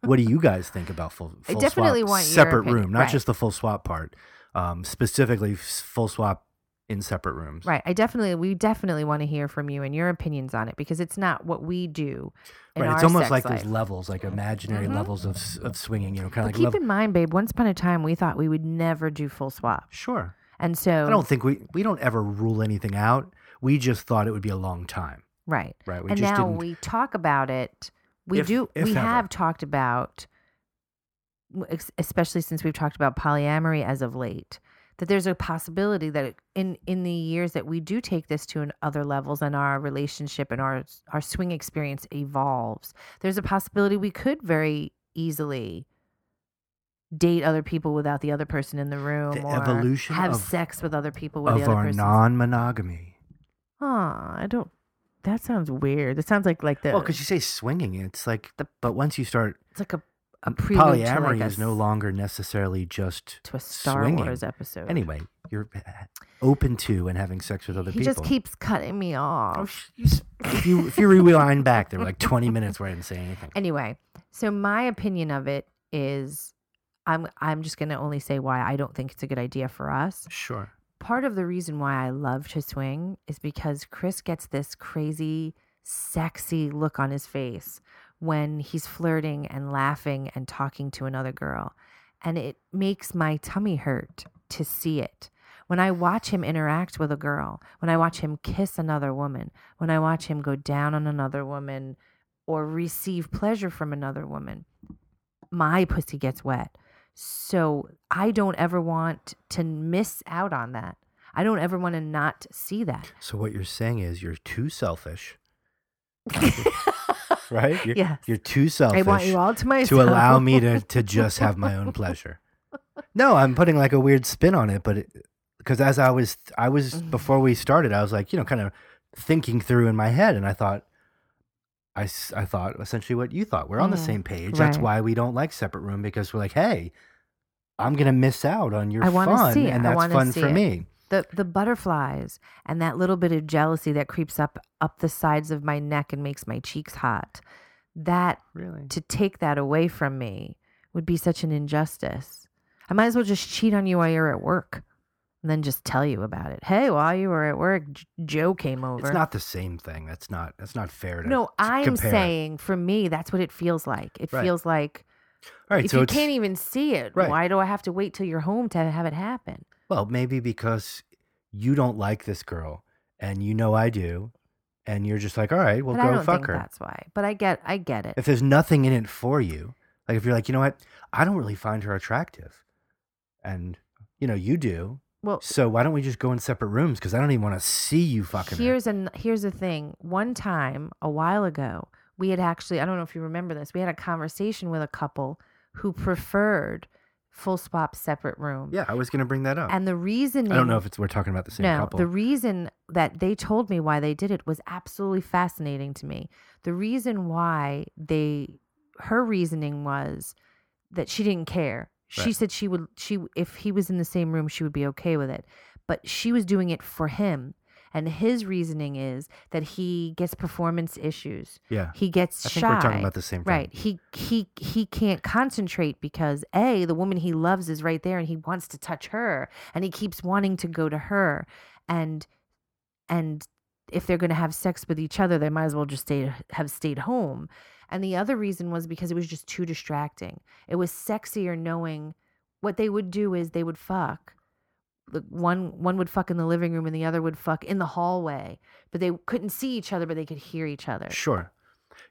what do you guys think about full?
I
full
definitely
swap,
want your
separate
opinion,
room, not
right.
just the full swap part. Um, specifically, f- full swap in separate rooms.
Right. I definitely, we definitely want to hear from you and your opinions on it because it's not what we do. In
Right,
Our
it's almost
sex
like
life.
there's levels, like imaginary
Mhm.
levels of s- of swinging. You know,
But
kind of like
keep
level.
in mind, babe, once upon a time we thought we would never do full swap.
Sure,
And so,
I don't think we we don't ever rule anything out. We just thought it would be a long time,
right.
right? We
and
just
now
didn't.
we talk about it. We
If-
do,
if
we
ever.
have talked about, ex- especially since we've talked about polyamory as of late. That there's a possibility that it- in in the years that we do take this to an other levels and our relationship and our our swing experience evolves, there's a possibility we could very easily date other people without the other person in the room
The
or
evolution
have
of-
sex with other people with the
of
other
our
person.
non-monogamy.
Aw, I don't. That sounds weird. That sounds like like the
Well, because you say swinging, it's like,
The-
but once you start,
it's like a a prelude to
polyamory
like a
is no
s-
longer necessarily just
to a Star
swinging.
Wars episode.
Anyway, you're open to and having sex with other
he
people.
just keeps cutting me off.
Oh, sh- you s- if you if you rewind back, there were like 20 minutes where I didn't say anything.
Anyway, so my opinion of it is I'm I'm just going to only say why I don't think it's a good idea for us.
Sure.
Part of the reason why I love to swing is because Chris gets this crazy sexy look on his face when he's flirting and laughing and talking to another girl and it makes my tummy hurt to see it. When I watch him interact with a girl, when I watch him kiss another woman, when I watch him go down on another woman or receive pleasure from another woman, my pussy gets wet. So I don't ever want to miss out on that. I don't ever want to not see that.
So what you're saying is you're too selfish, right? You're,
Yes.
You're too selfish
I want you all to myself.
to allow me to to just have my own pleasure. No, I'm putting like a weird spin on it, but because as I was I was
Mhm.
before we started, I was like you know kind of thinking through in my head, and I thought. I, s- I thought essentially what you thought. We're on the
Mhm.
same page. That's
Right.
why we don't like separate room because we're like, hey, I'm gonna miss out on your
I wanna
fun,
see it.
and
I
that's
wanna
fun
see
for
it.
me.
the the butterflies and that little bit of jealousy that creeps up up the sides of my neck and makes my cheeks hot that
Really?
to take that away from me would be such an injustice i might as well just cheat on you while you're at work and then just tell you about it hey while you were at work J- joe came over
It's not the same thing. That's not that's not fair to
no
to
i'm
compare.
saying for me that's what it feels like it
Right.
feels like
All right,
if
so
you
it's
can't even see it
Right.
why do i have to wait till you're home to have it happen
well, maybe because you don't like this girl and you know I do and you're just like, "All right, well
but i
go
don't
fuck
think
her."
that's why but i get i get it
If there's nothing in it for you, like if you're like, "You know what? I don't really find her attractive." And you know, you do.
well
So why don't we just go in separate rooms cuz I don't even want to see you fucking her.
here's an here's the thing one time a while ago we had actually i don't know if you remember this we had a conversation with a couple who preferred full swap separate room
Yeah, I was going to bring that up.
and the reason
I don't know if it's we're talking about the same
no
couple.
the reason that they told me why they did it was absolutely fascinating to me the reason why they her reasoning was that she didn't care she
Right.
said she would she if he was in the same room she would be okay with it but she was doing it for him and his reasoning is that he gets performance issues
yeah.
he gets
I think
shy
we're talking about the same thing.
right he he he can't concentrate because a the woman he loves is right there and he wants to touch her and he keeps wanting to go to her and and if they're going to have sex with each other they might as well just stay have stayed home and the other reason was because it was just too distracting it was sexier knowing what they would do is they would fuck the one one would fuck in the living room and the other would fuck in the hallway but they couldn't see each other but they could hear each other
Sure.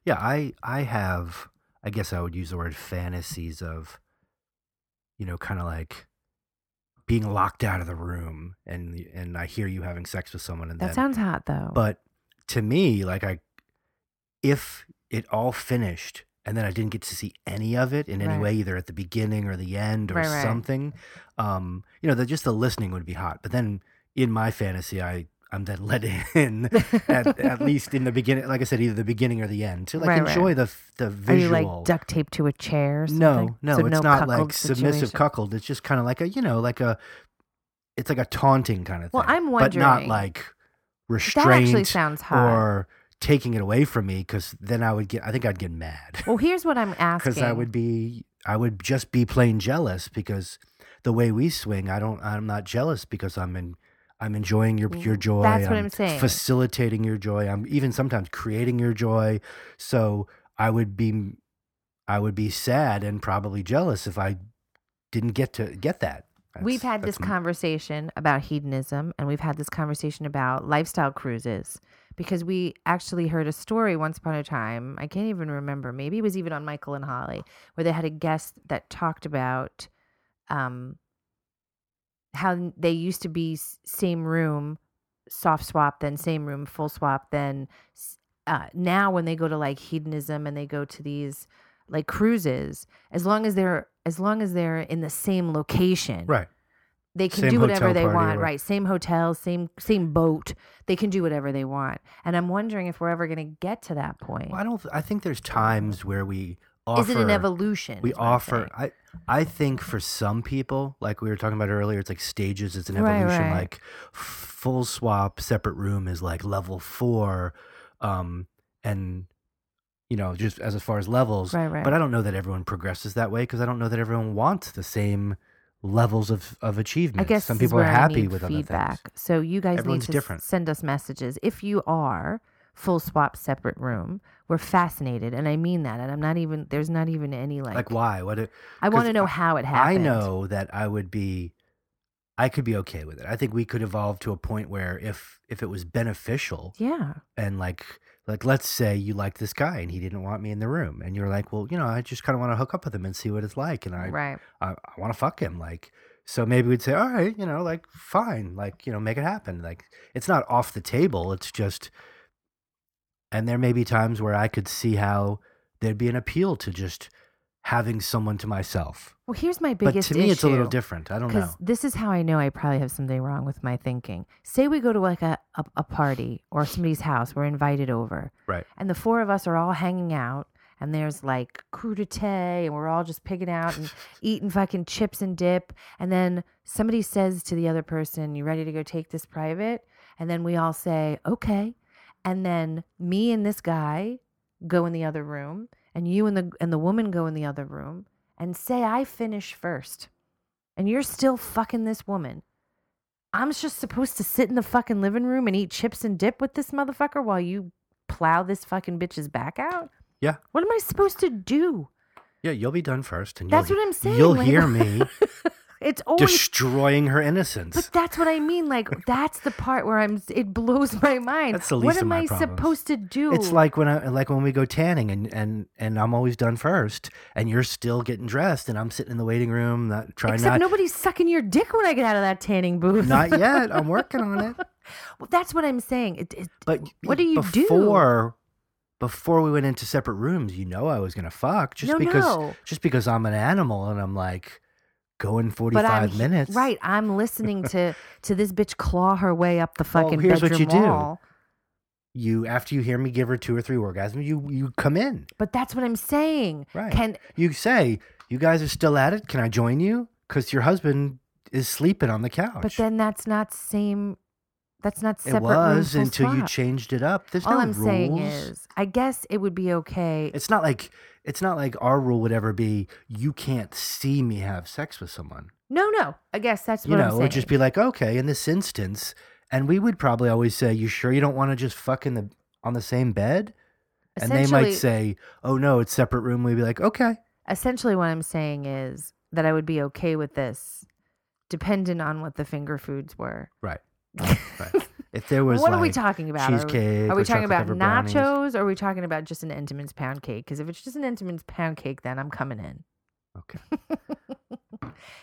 Yeah, I I have I guess I would use the word fantasies of you know, kind of like being locked out of the room and and I hear you having sex with someone and
that
then
sounds hot though
but to me like I if it all finished and then I didn't get to see any of it in any
Right.
way either at the beginning or the end or
Right, right.
something um you know that just the listening would be hot but then in my fantasy I I'm then let in at, at least in the beginning, like I said, either the beginning or the end, to like
Right, right.
enjoy the f- the
Are you
visual.
like duct taped to a chair? Or something?
no, no,
So
it's not
cuckold
like submissive
situation.
cuckold. It's just kind of like a you know like a, it's like a taunting kind of
Well,
thing.
I'm
but not
wondering-
like
That actually
restraint
sounds hot.
or taking it away from me because then I would get. I think I'd get mad
well, here's what I'm asking.
because I would be I would just be plain jealous because the way we swing, I don't. I'm not jealous because I'm in. I'm enjoying your your
Mm,
joy.
That's what I'm saying.
Facilitating your joy. I'm even sometimes creating your joy. So I would be, I would be sad and probably jealous if I didn't get to get that.
we've
That's-
had this
that's-
conversation about hedonism, and we've had this conversation about lifestyle cruises because we actually heard a story once upon a time. I can't even remember. Maybe it was even on Michael and Holly, where they had a guest that talked about um, how they used to be s- same room, soft swap, then same room, full swap, then s- uh, now when they go to like hedonism and they go to these like cruises, as long as they're as long as they're in the same location,
Right.
they can
Same
do whatever
hotel
they
party,
want,
right.
right? Same hotel, same same boat. They can do whatever they want. And I'm wondering if we're ever going to get to that point.
Well, I don't. I think there's times where we offer.
Is it an evolution?
We
is what I'm
offer.
saying.
I I think for some people, like we were talking about earlier, it's like stages. It's an
Right,
evolution.
right.
Like full swap, separate room is like level four, um, and you know, just as as far as levels.
Right, right.
But I don't know that everyone progresses that way because I don't know that everyone wants the same levels of of
I
achievement.
guess
some
this is
people are
where I
happy
need
with other things.
feedback. So you guys
Everyone's
need to s-
different.
send us messages if you are full swap separate room. We're fascinated, and I mean that. And I'm not even there's not even any like,
Like why? What? It,
I want to
'cause
know
I-
how it
I
happened.
know that I would be I could be okay with it. I think we could evolve to a point where if if it was beneficial
Yeah,
and like like let's say you liked this guy and he didn't want me in the room and you're like, "Well, you know, I just kind of want to hook up with him and see what it's like and I
right.
I, I want to fuck him." Like so maybe we'd say, "All right, you know, like fine, like, you know, make it happen." Like it's not off the table. It's just and there may be times where I could see how there'd be an appeal to just having someone to myself
Well, here's my biggest
but to me it's a little
issue.
different i don't know
Because this is how I know I probably have something wrong with my thinking. Say we go to like a, a, a party or somebody's house, we're invited over,
right
and the four of us are all hanging out, and there's like crudité, and we're all just picking out and eating fucking chips and dip. And then somebody says to the other person, You ready to go take this private? And then we all say, Okay. And then me and this guy go in the other room, and you and the and the woman go in the other room, and say I finish first and you're still fucking this woman. I'm just supposed to sit in the fucking living room and eat chips and dip with this motherfucker while you plow this fucking bitch's back out?
Yeah.
What am I supposed to do?
yeah you'll be done first and
That's
you'll,
what I'm saying.
you'll
like-
hear me
It's always
destroying her innocence
But that's what I mean. Like that's the part where I'm it blows my mind.
That's the
what
least of
am
my
I
problems.
supposed to do?
it's like when i like when we go tanning and and and i'm always done first and you're still getting dressed and i'm sitting in the waiting room not trying
Except
not
nobody's sucking your dick when I get out of that tanning booth.
not yet i'm working on it
Well, that's what I'm saying. It, it,
but
What do you do?
before before we went into separate rooms you know i was gonna fuck just
No,
because
no.
just because i'm an animal and i'm like going 45
I'm, he-
minutes
Right, I'm listening to to this bitch claw her way up the
Well,
fucking
here's what
bedroom
you do.
wall.
you after you hear me give her two or three orgasms you you come in
But that's what I'm saying.
Right.
Can
you say you guys are still at it can i join you because your husband is sleeping on the couch
but then that's not same. That's not separate.
Oh, it was
room, full
until you
stop.
changed it up there's
All
no
I'm
rules
saying is, I guess it would be okay.
it's not like it's not like our rule would ever be you can't see me have sex with someone
no, no. I guess that's
you
what I'm
know it
saying.
would just be like okay in this instance and we would probably always say you sure you don't want to just fuck in the on the same bed and they might
Essentially-
say oh no it's separate room we'd be like okay
essentially what I'm saying is that I would be okay with this, dependent on what the finger foods were.
right right if there was
what are we
like,
talking about? Are we-
cheesecake
Are we talking
or chocolate
about
covered brownies.
nachos? Or are we talking about just an Entenmann's pound cake? Because if it's just an Entenmann's pound cake, then I'm coming in.
Okay.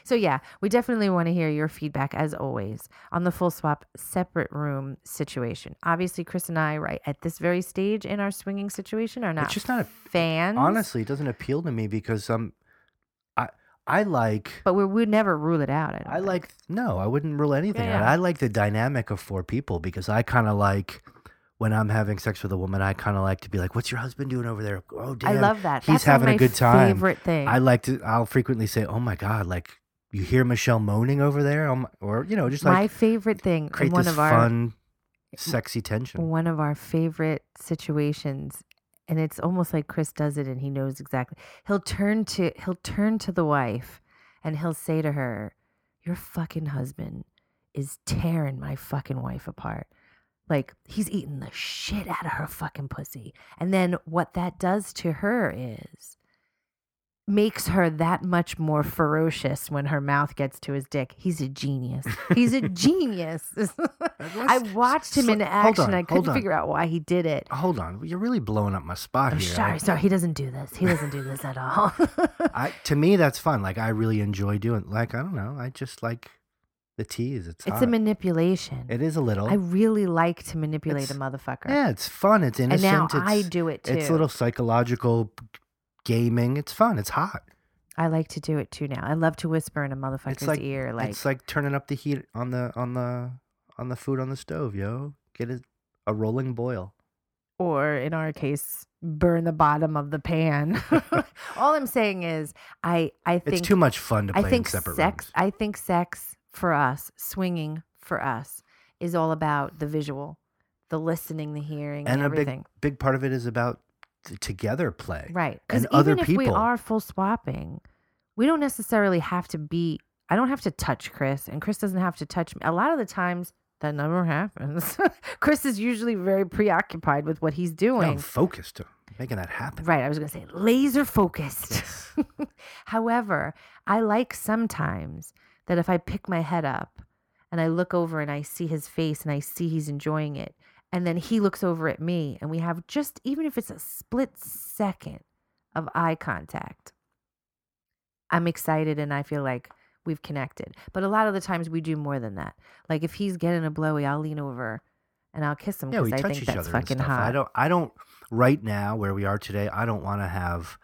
So yeah, we definitely want to hear your feedback as always on the full swap separate room situation. Obviously, Chris and I, right at this very stage in our swinging situation, are not
It's just not a,
fans.
honestly. It doesn't appeal to me because um, I I like
but we would never rule it out. I, don't
I
think.
like no. I wouldn't rule anything
Yeah,
out.
yeah.
I like the dynamic of four people because I kind of like when I'm having sex with a woman. I kind of like to be like, "What's your husband doing over there? Oh,
I
damn,
love that.
He's
That's one of
having a
my
good time.
Favorite thing.
I like to. I'll frequently say, "Oh my god!" Like you hear Michelle moaning over there, um, or you know, just like
my favorite thing.
create
And one
this
of our
fun, sexy tension.
one of our favorite situations and it's almost like chris does it and he knows exactly he'll turn to he'll turn to the wife and he'll say to her your fucking husband is tearing my fucking wife apart like he's eating the shit out of her fucking pussy and then what that does to her is makes her that much more ferocious when her mouth gets to his dick he's a genius he's a genius I
Let's-
watched him
sl-
in
hold
action.
on,
I
hold
couldn't
on.
figure out why he did it.
Hold on, you're really blowing up my spot
I'm
here. I-
sorry, sorry. He doesn't do this. He doesn't do this at all.
I to me that's fun. Like I really enjoy doing. Like I don't know. I just like the tease. It's
it's
hot.
a manipulation.
It is a little.
I really like to manipulate
It's-
a motherfucker.
yeah, it's fun. It's
and
innocent.
now
it's,
I do it too.
It's a little psychological gaming. It's fun. It's hot.
I like to do it too now. I love to whisper in a motherfucker's
like-
ear, like,
it's like turning up the heat on the on the on the food on the stove, yo. Get it a rolling boil.
or in our case, burn the bottom of the pan. All I'm saying is, I I think
It's too much fun to play
I think
in separate
sex.
rooms.
I think sex for us, swinging for us, is all about the visual, the listening, the hearing, and,
and a big
everything.
big part of it is about t- together play.
Right. Because
and
even
other
if we
people.
are full swapping, we don't necessarily have to be, I don't have to touch Chris, and Chris doesn't have to touch me. A lot of the times, that never happens. Chris is usually very preoccupied with what he's doing.
No, focused, making that happen.
Right. I was going to say laser focused.
Yes.
However, I like sometimes that if I pick my head up and I look over and I see his face and I see he's enjoying it, and then he looks over at me and we have just, even if it's a split second of eye contact, I'm excited and I feel like we've connected. But a lot of the times we do more than that. Like if he's getting a blowy, I'll lean over and I'll kiss him
Yeah,
because
we
I
touch
think
each
that's
other. and
fucking
stuff.
hot.
I don't. I don't. Right now, where we are today, I don't want to have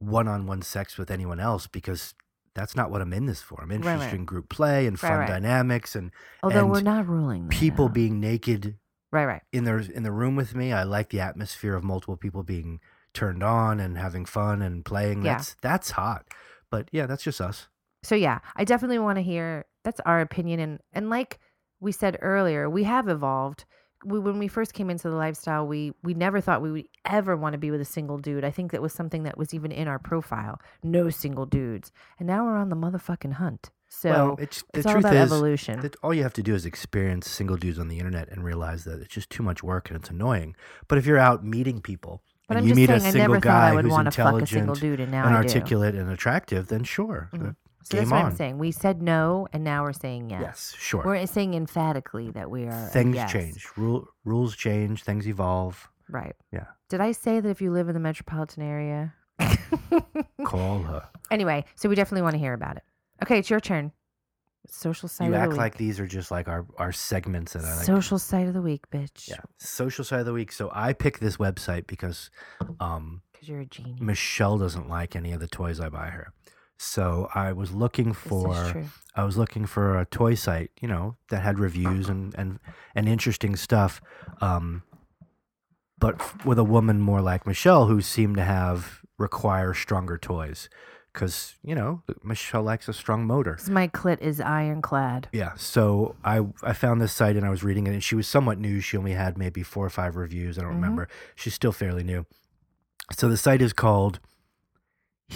one-on-one sex with anyone else because that's not what I'm in this for. I'm
right.
interested in group play and
Right,
fun
right.
dynamics and
Although
and
we're not ruling that
people
out.
being naked
right, right.
in their in the room with me. I like the atmosphere of multiple people being turned on and having fun and playing.
Yeah.
That's that's hot. But yeah, that's just us.
so yeah i definitely want to hear that's our opinion and and like we said earlier we have evolved we, when we first came into the lifestyle we we never thought we would ever want to be with a single dude i think that was something that was even in our profile no single dudes and now we're on the motherfucking hunt so
well, it's the
it's all
truth
about
is
evolution
that all you have to do is experience single dudes on the internet and realize that it's just too much work and it's annoying. But if you're out meeting people
but
and
i'm
you
just
meet
saying
a
i
single
never thought
guy
i would
who's
want to fuck a single
intelligent
dude and now
and
i do
articulate and attractive, then sure,
Mhm.
uh,
so that's
game
what
on.
i'm saying we said no and now we're saying yes,
Yes, sure.
we're saying emphatically that we are a
things
yes.
change, Rule, rules change, things evolve.
Right.
Yeah.
Did I say that if you live in the metropolitan area?
Call her.
anyway, so we definitely want to hear about it. Okay, it's your turn. Social side
you
of the
act
week.
like these are just like our, our segments that I like.
Social side of the week, bitch.
yeah, social side of the week. So I pick this website because um,
Because you're a genius.
Michelle doesn't like any of the toys I buy her. So I was looking for.
this is true.
I was looking for a toy site, you know, that had
Uh-huh.
reviews and and and interesting stuff, um, but f- with a woman more like Michelle, who seemed to have require stronger toys, because you know Michelle likes a strong motor.
'Cause my clit is ironclad.
Yeah, so I I found this site and I was reading it, and she was somewhat new. She only had maybe four or five reviews. I don't
Mhm.
remember. She's still fairly new. So the site is called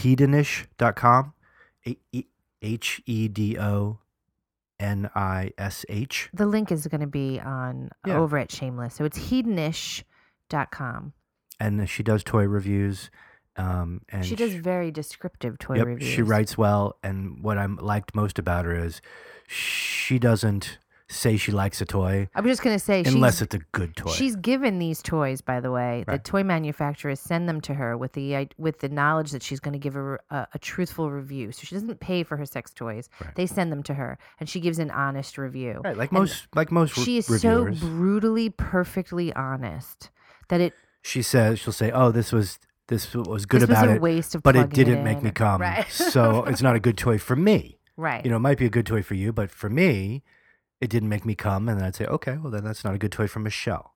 hedonish.com. H- E- H E D O N I S H.
The link is going to be on
Yeah.
over at Shameless. So it's hedonish.com.
And she does toy reviews. Um, and
She does very descriptive toy
yep,
reviews.
She writes well, and what I liked most about her is she doesn't say she likes a toy
I'm just going to say she's
unless it's a good toy.
She's given these toys, by the way. The
Right.
toy manufacturers send them to her with the i- with the knowledge that she's going to give a, re- a, a truthful review. So she doesn't pay for her sex toys.
Right.
They send them to her, and she gives an honest review.
Right, like
And
most, like most. re-
She is
reviewers.
so brutally, perfectly honest that it
she says she'll say, "Oh, this was this was good
this
about
was a
it,
waste of
but it
plugging
didn't make
in
me
or-
come.
Right.
so it's not a good toy for me.
right.
You know, it might be a good toy for you, but for me, it didn't make me come. And then I'd say, okay, well then that's not a good toy for Michelle.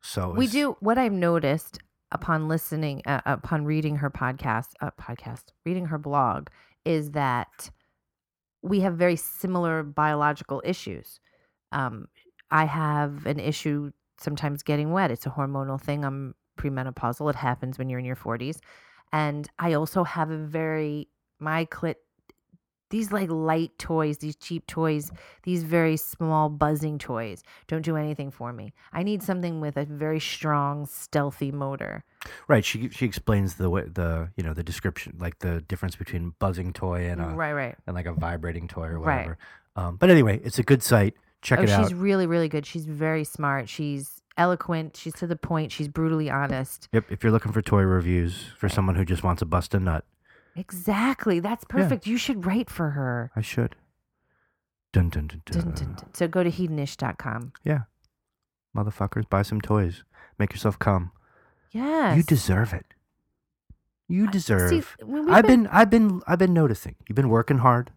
So it
we
was-
do what I've noticed upon listening, uh, upon reading her podcast, uh, podcast, reading her blog, is that we have very similar biological issues. Um, I have an issue sometimes getting wet. It's a hormonal thing. I'm premenopausal. It happens when you're in your 40s, and I also have a very my clit. These like light toys, these cheap toys, these very small buzzing toys don't do anything for me. I need something with a very strong, stealthy motor.
right. She she explains the way the you know the description, like the difference between buzzing toy and uh, a
right, right.
and like a vibrating toy or
Right.
whatever. Um, but anyway, it's a good site. Check
oh,
it
she's
out.
really, really good. She's very smart. She's eloquent. She's to the point. She's brutally honest.
Yep, if you're looking for toy reviews for someone who just wants to bust a nut,
Exactly. That's perfect. You should write for her.
I should. Dun dun dun dun.
Dun, dun, dun. So go to hedonish.com.
Yeah. Motherfuckers, buy some toys. Make yourself come.
Yes.
You deserve it. You
I-
deserve.
See, when we've
I've been, I've been, I've been noticing. You've been working hard.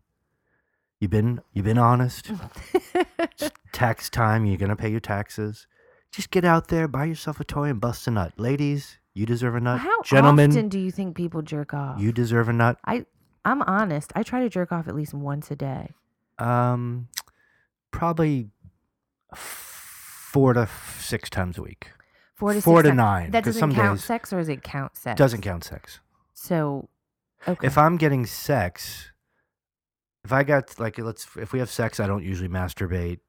You've been, you've been honest. It's tax time. You're gonna pay your taxes. Just get out there, buy yourself a toy, and bust a nut, ladies. You deserve a nut,
How
uh, gentlemen.
often do you think people jerk off?
you deserve a nut.
I I'm honest. I try to jerk off at least once a day.
Um, probably f- four to f- six times a week.
Four to
Four
six
to
times.
nine,
That
'cause
doesn't
some
count
days-
sex, or is it count sex?
Doesn't count sex.
So, okay.
If I'm getting sex, if I got like let's if we have sex, I don't usually masturbate.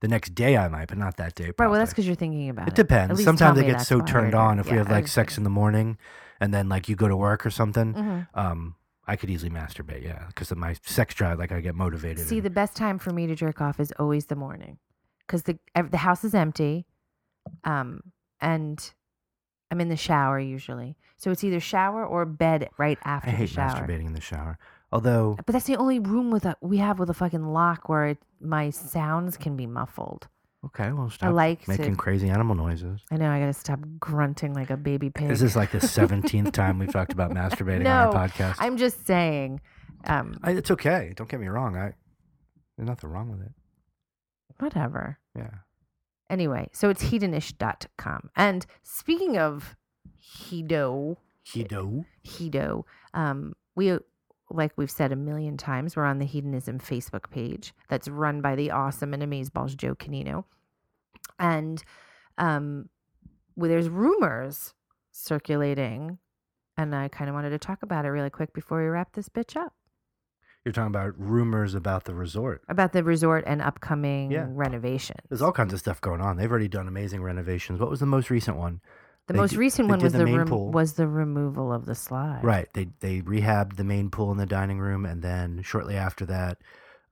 The next day I might, but not that day.
right, well, that's
probably.
because you're thinking about it.
it
At
depends.
least
Sometimes
tell
I
me
get
that's
so
why
turned
you're-
on if we
yeah,
have
I
like
was
sex in
gonna-
the morning, and then like you go to work or something.
Mhm.
Um, I could easily masturbate, yeah, because of my sex drive. Like I get motivated.
See,
and-
the best time for me to jerk off is always the morning, because the ev- the house is empty, um, and I'm in the shower usually. So it's either shower or bed right after
I hate
the shower.
masturbating in the shower. Although
But that's the only room with a we have with a fucking lock where it, my sounds can be muffled.
Okay, well, stop
like to-
making crazy animal noises.
I know I gotta stop grunting like a baby pig.
This is like the seventeenth time we've talked about masturbating on our podcast.
I'm just saying. Um,
I, it's okay. Don't get me wrong. I there's nothing wrong with it.
whatever.
Yeah.
Anyway, so it's hedonish.com. And speaking of hedo,
Kido.
hedo, um, we like we've said a million times, we're on the Hedonism Facebook page that's run by the awesome and amazeballs Joe Canino. And um, well, there's rumors circulating, and I kind of wanted to talk about it really quick before we wrap this bitch up.
You're talking about rumors about the resort.
about the resort and upcoming
Yeah.
renovations.
There's all kinds of stuff going on. They've already done amazing renovations. What was the most recent one?
the
they
most
di-
recent
they
one
did
was
the
the
main
rem-
pool.
was the removal of the slide.
Right. They they rehabbed the main pool in the dining room, and then shortly after that,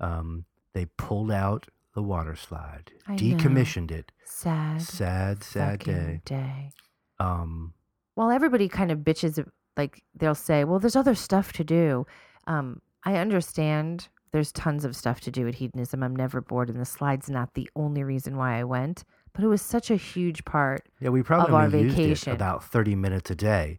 um, they pulled out the water slide,
I know.
decommissioned it.
Sad,
Sad, sad
fucking
day. Um,
While everybody kind of bitches, ab- like they'll say, "Well, there's other stuff to do." Um, I understand. There's tons of stuff to do at Hedonism. I'm never bored, and the slide's not the only reason why I went. But it was such a huge part.
Yeah, we probably
our
only used it
vacation.
about thirty minutes a day,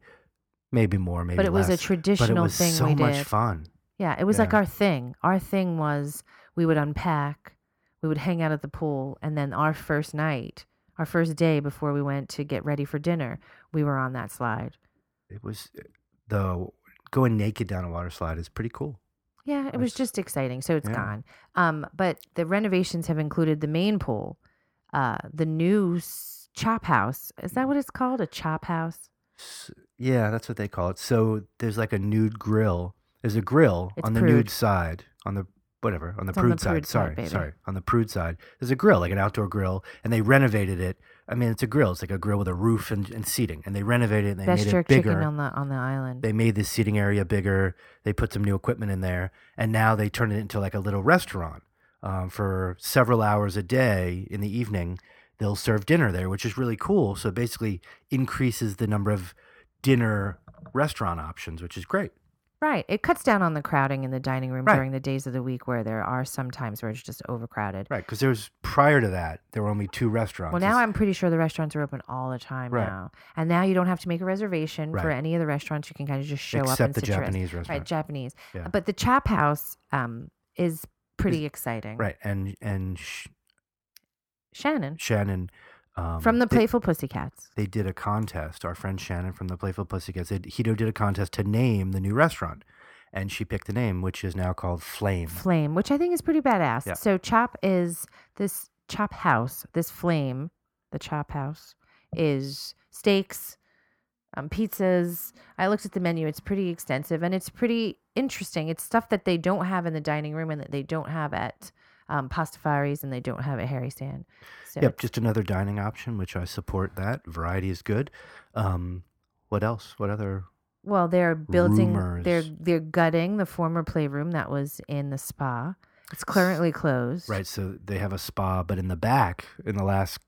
maybe more, maybe
But it was a
less. but it
traditional
was
thing
so
we
much
did.
fun.
Yeah, it was like
Yeah.
our thing. Our thing was we would unpack, we would hang out at the pool, and then our first night, our first day before we went to get ready for dinner, we were on that slide.
It was the going naked down a water slide is pretty cool.
Yeah, it was
That's-
just exciting. So it's
yeah.
gone. Um, but the renovations have included the main pool, uh, the new s- chop house. Is that what it's called? A chop house?
S yeah, that's what they call it. So there's like a nude grill. There's a grill
It's
on the
prude.
nude side on the whatever on the
It's on
prude
the
side.
prude side,
sorry,
baby.
sorry, on the prude side. There's a grill, like an outdoor grill, and they renovated it. I mean, it's a grill. It's like a grill with a roof and, and seating, and they renovated it and they
Best
made it
jerk
bigger.
chicken on the on the island.
they made the seating area bigger. They put some new equipment in there, and now they turned it into like a little restaurant um, for several hours a day in the evening. They'll serve dinner there, which is really cool. So it basically increases the number of dinner restaurant options, which is great.
Right. It cuts down on the crowding in the dining room
Right.
during the days of the week where there are some times where it's just overcrowded.
Right. Because there was prior to that, there were only two restaurants.
Well, now
It's-
I'm pretty sure the restaurants are open all the time
Right.
now, and now you don't have to make a reservation for
Right.
any of the restaurants. You can kind of just show up
Except
and
the
sit your-
Japanese
right?
restaurant.
Japanese,
Yeah.
but the Chop House um, is pretty exciting,
Right. And, and Sh-
Shannon
Shannon. Um,
from the
they-
Playful Pussycats.
they did a contest. Our friend Shannon from the Playful Pussycats, they, Hito did a contest to name the new restaurant, and she picked the name, which is now called Flame.
Flame, which I think is pretty badass.
Yeah.
So Chop is this Chop House, this Flame, the Chop House is steaks, um, pizzas. I looked at the menu; it's pretty extensive and it's pretty interesting. It's stuff that they don't have in the dining room and that they don't have at um, Pastafaris and they don't have at Harry Stand. So
Yep, just another dining option, which I support. That variety is good. Um, what else? What other?
Well, they're building, they're
Rumors.
they're gutting the former playroom that was in the spa. It's currently closed.
Right. So they have a spa, but in the back, in the last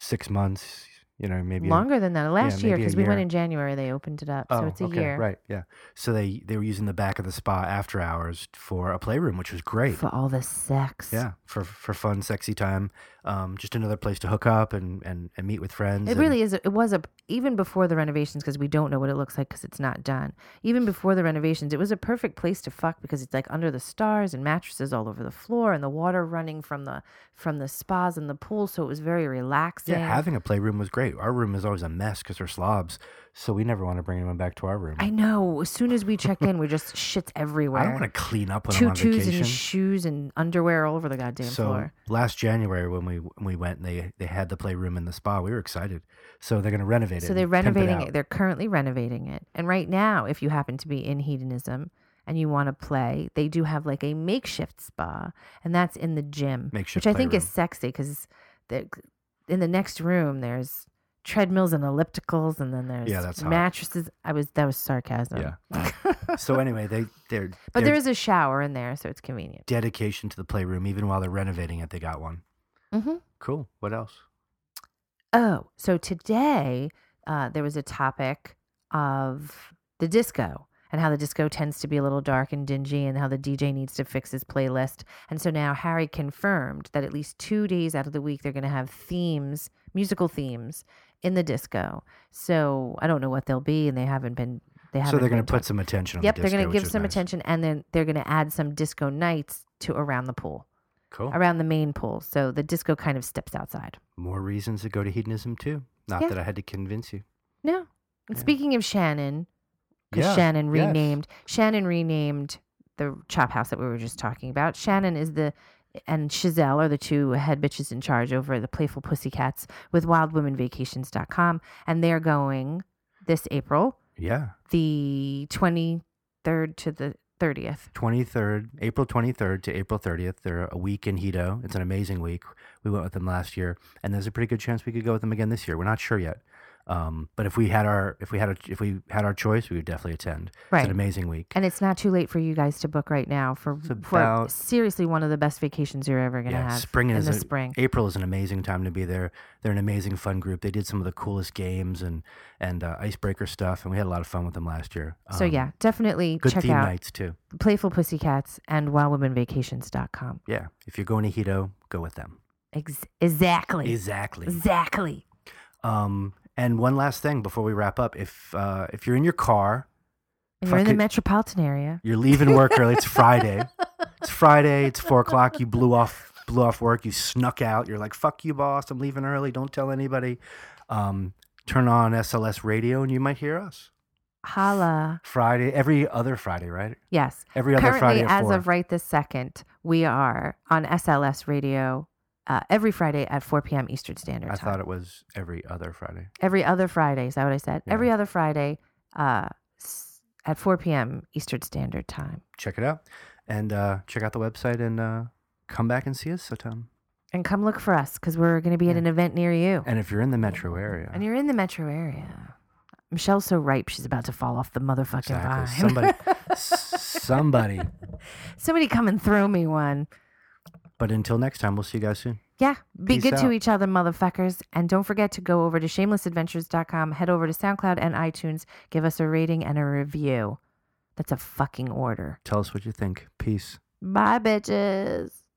six months, You know, maybe a-
Longer than that. Last year,
maybe a
because we went
year. Oh,
in January, they opened it up. so it's a
okay,
year.
Right. Yeah. So they they were using the back of the spa after hours for a playroom, which was great.
For all the sex.
Yeah, for for fun, sexy time. Um, just another place to hook up and and, and meet with friends.
It
and-
really is. It was a even before the renovations because we don't know what it looks like because it's not done. Even before the renovations, it was a perfect place to fuck because it's like under the stars and mattresses all over the floor and the water running from the from the spas and the pool, so it was very relaxing.
Yeah, having a playroom was great. Our room is always a mess because we're slobs, so we never want to bring anyone back to our room.
I know. As soon as we checked in, we're just shits everywhere.
I don't want to clean up when I'm on
tutus
vacation.
and shoes and underwear all over the goddamn
so
floor.
last January when we when we went, and they they had the playroom in the spa. We were excited. So they're going to renovate it.
So they're
and pimp
renovating it,
out.
They're currently renovating it. And right now, if you happen to be in hedonism and you want to play, they do have like a makeshift spa, and that's in the gym,
Makeshift
which I think is
playroom.
sexy because in the next room there's treadmills and ellipticals, and then there's
that's hot.
mattresses. I was that was sarcasm.
so anyway, they they're
But
their
there is a shower in there, so it's convenient.
dedication to the playroom. Even while they're renovating it, they got one.
hmm
Cool. What else?
Oh, so today uh, there was a topic of the disco and how the disco tends to be a little dark and dingy and how the DJ needs to fix his playlist. And so now Harry confirmed that at least two days out of the week they're going to have themes, musical themes in the disco. So I don't know what they'll be, and they haven't been. They haven't
So they're going
been
to put some attention. on
Yep,
the
they're
disco,
going to
which
give
is
some
nice.
attention, and then they're going to add some disco nights to around the pool,
Cool.
around the main pool. So the disco kind of steps outside.
More reasons to go to hedonism too. Not
Yeah.
that I had to convince you.
No. And
Yeah.
speaking of Shannon, because
Yeah,
Shannon
yes.
renamed Shannon renamed the chop house that we were just talking about. Shannon is the and Chazelle are the two head bitches in charge over at the Playful Pussycats with wildwomenvacations.com. And they're going this April,
Yeah.
the 23rd to the 30th.
23rd, April 23rd to April 30th. They're a week in Hito. It's an amazing week. We went with them last year, and there's a pretty good chance we could go with them again this year. We're not sure yet. Um, but if we had our if we had a, if we had our choice, we would definitely attend. It's
Right.
an amazing week.
And it's not too late for you guys to book right now for,
It's
for
about-
seriously one of the best vacations you're ever going to have
spring
in
is
the
a-
spring.
April is an amazing time to be there. They're an amazing fun group. They did some of the coolest games and and uh, icebreaker stuff, and we had a lot of fun with them last year.
so
Um,
yeah, definitely
good
check
theme
out
nights too.
Playful Pussycats and WildWomenVacations.com.
Yeah, if you're going to Hito, go with them.
Ex- exactly.
Exactly.
Exactly.
Um, and one last thing before we wrap up, if uh, if you're in your car,
And you're in the
Fucking-
metropolitan area.
you're leaving work early. It's Friday. It's Friday. It's four o'clock. You blew off blew off work. You snuck out. You're like, "Fuck you, boss. I'm leaving early. Don't tell anybody." Um, turn on SLS radio, and you might hear us
Holla.
Friday. Every other Friday, right?
Yes.
Every other
Currently,
Friday at
as
four.
of right this second, we are on SLS radio uh, every Friday at 4 p.m. Eastern Standard
I
Time.
thought it was every other Friday.
every other Friday. Is that what I said?
Yeah.
Every other Friday uh, s- at 4 p.m. Eastern Standard Time.
Check it out, and uh, check out the website, and uh, come back and see us sometime.
And come look for us because we're going to be at an event near you.
And if you're in the metro area,
And you're in the metro area. Michelle's so ripe, she's about to fall off the motherfucking vine.
exactly. Somebody, s- somebody.
Somebody come and throw me one.
But until next time, we'll see you guys soon.
Yeah. Be
Peace
good to
out.
each other, motherfuckers. And don't forget to go over to shamelessadventures.com, head over to SoundCloud and iTunes, give us a rating and a review. That's a fucking order.
Tell us what you think. Peace.
Bye, bitches.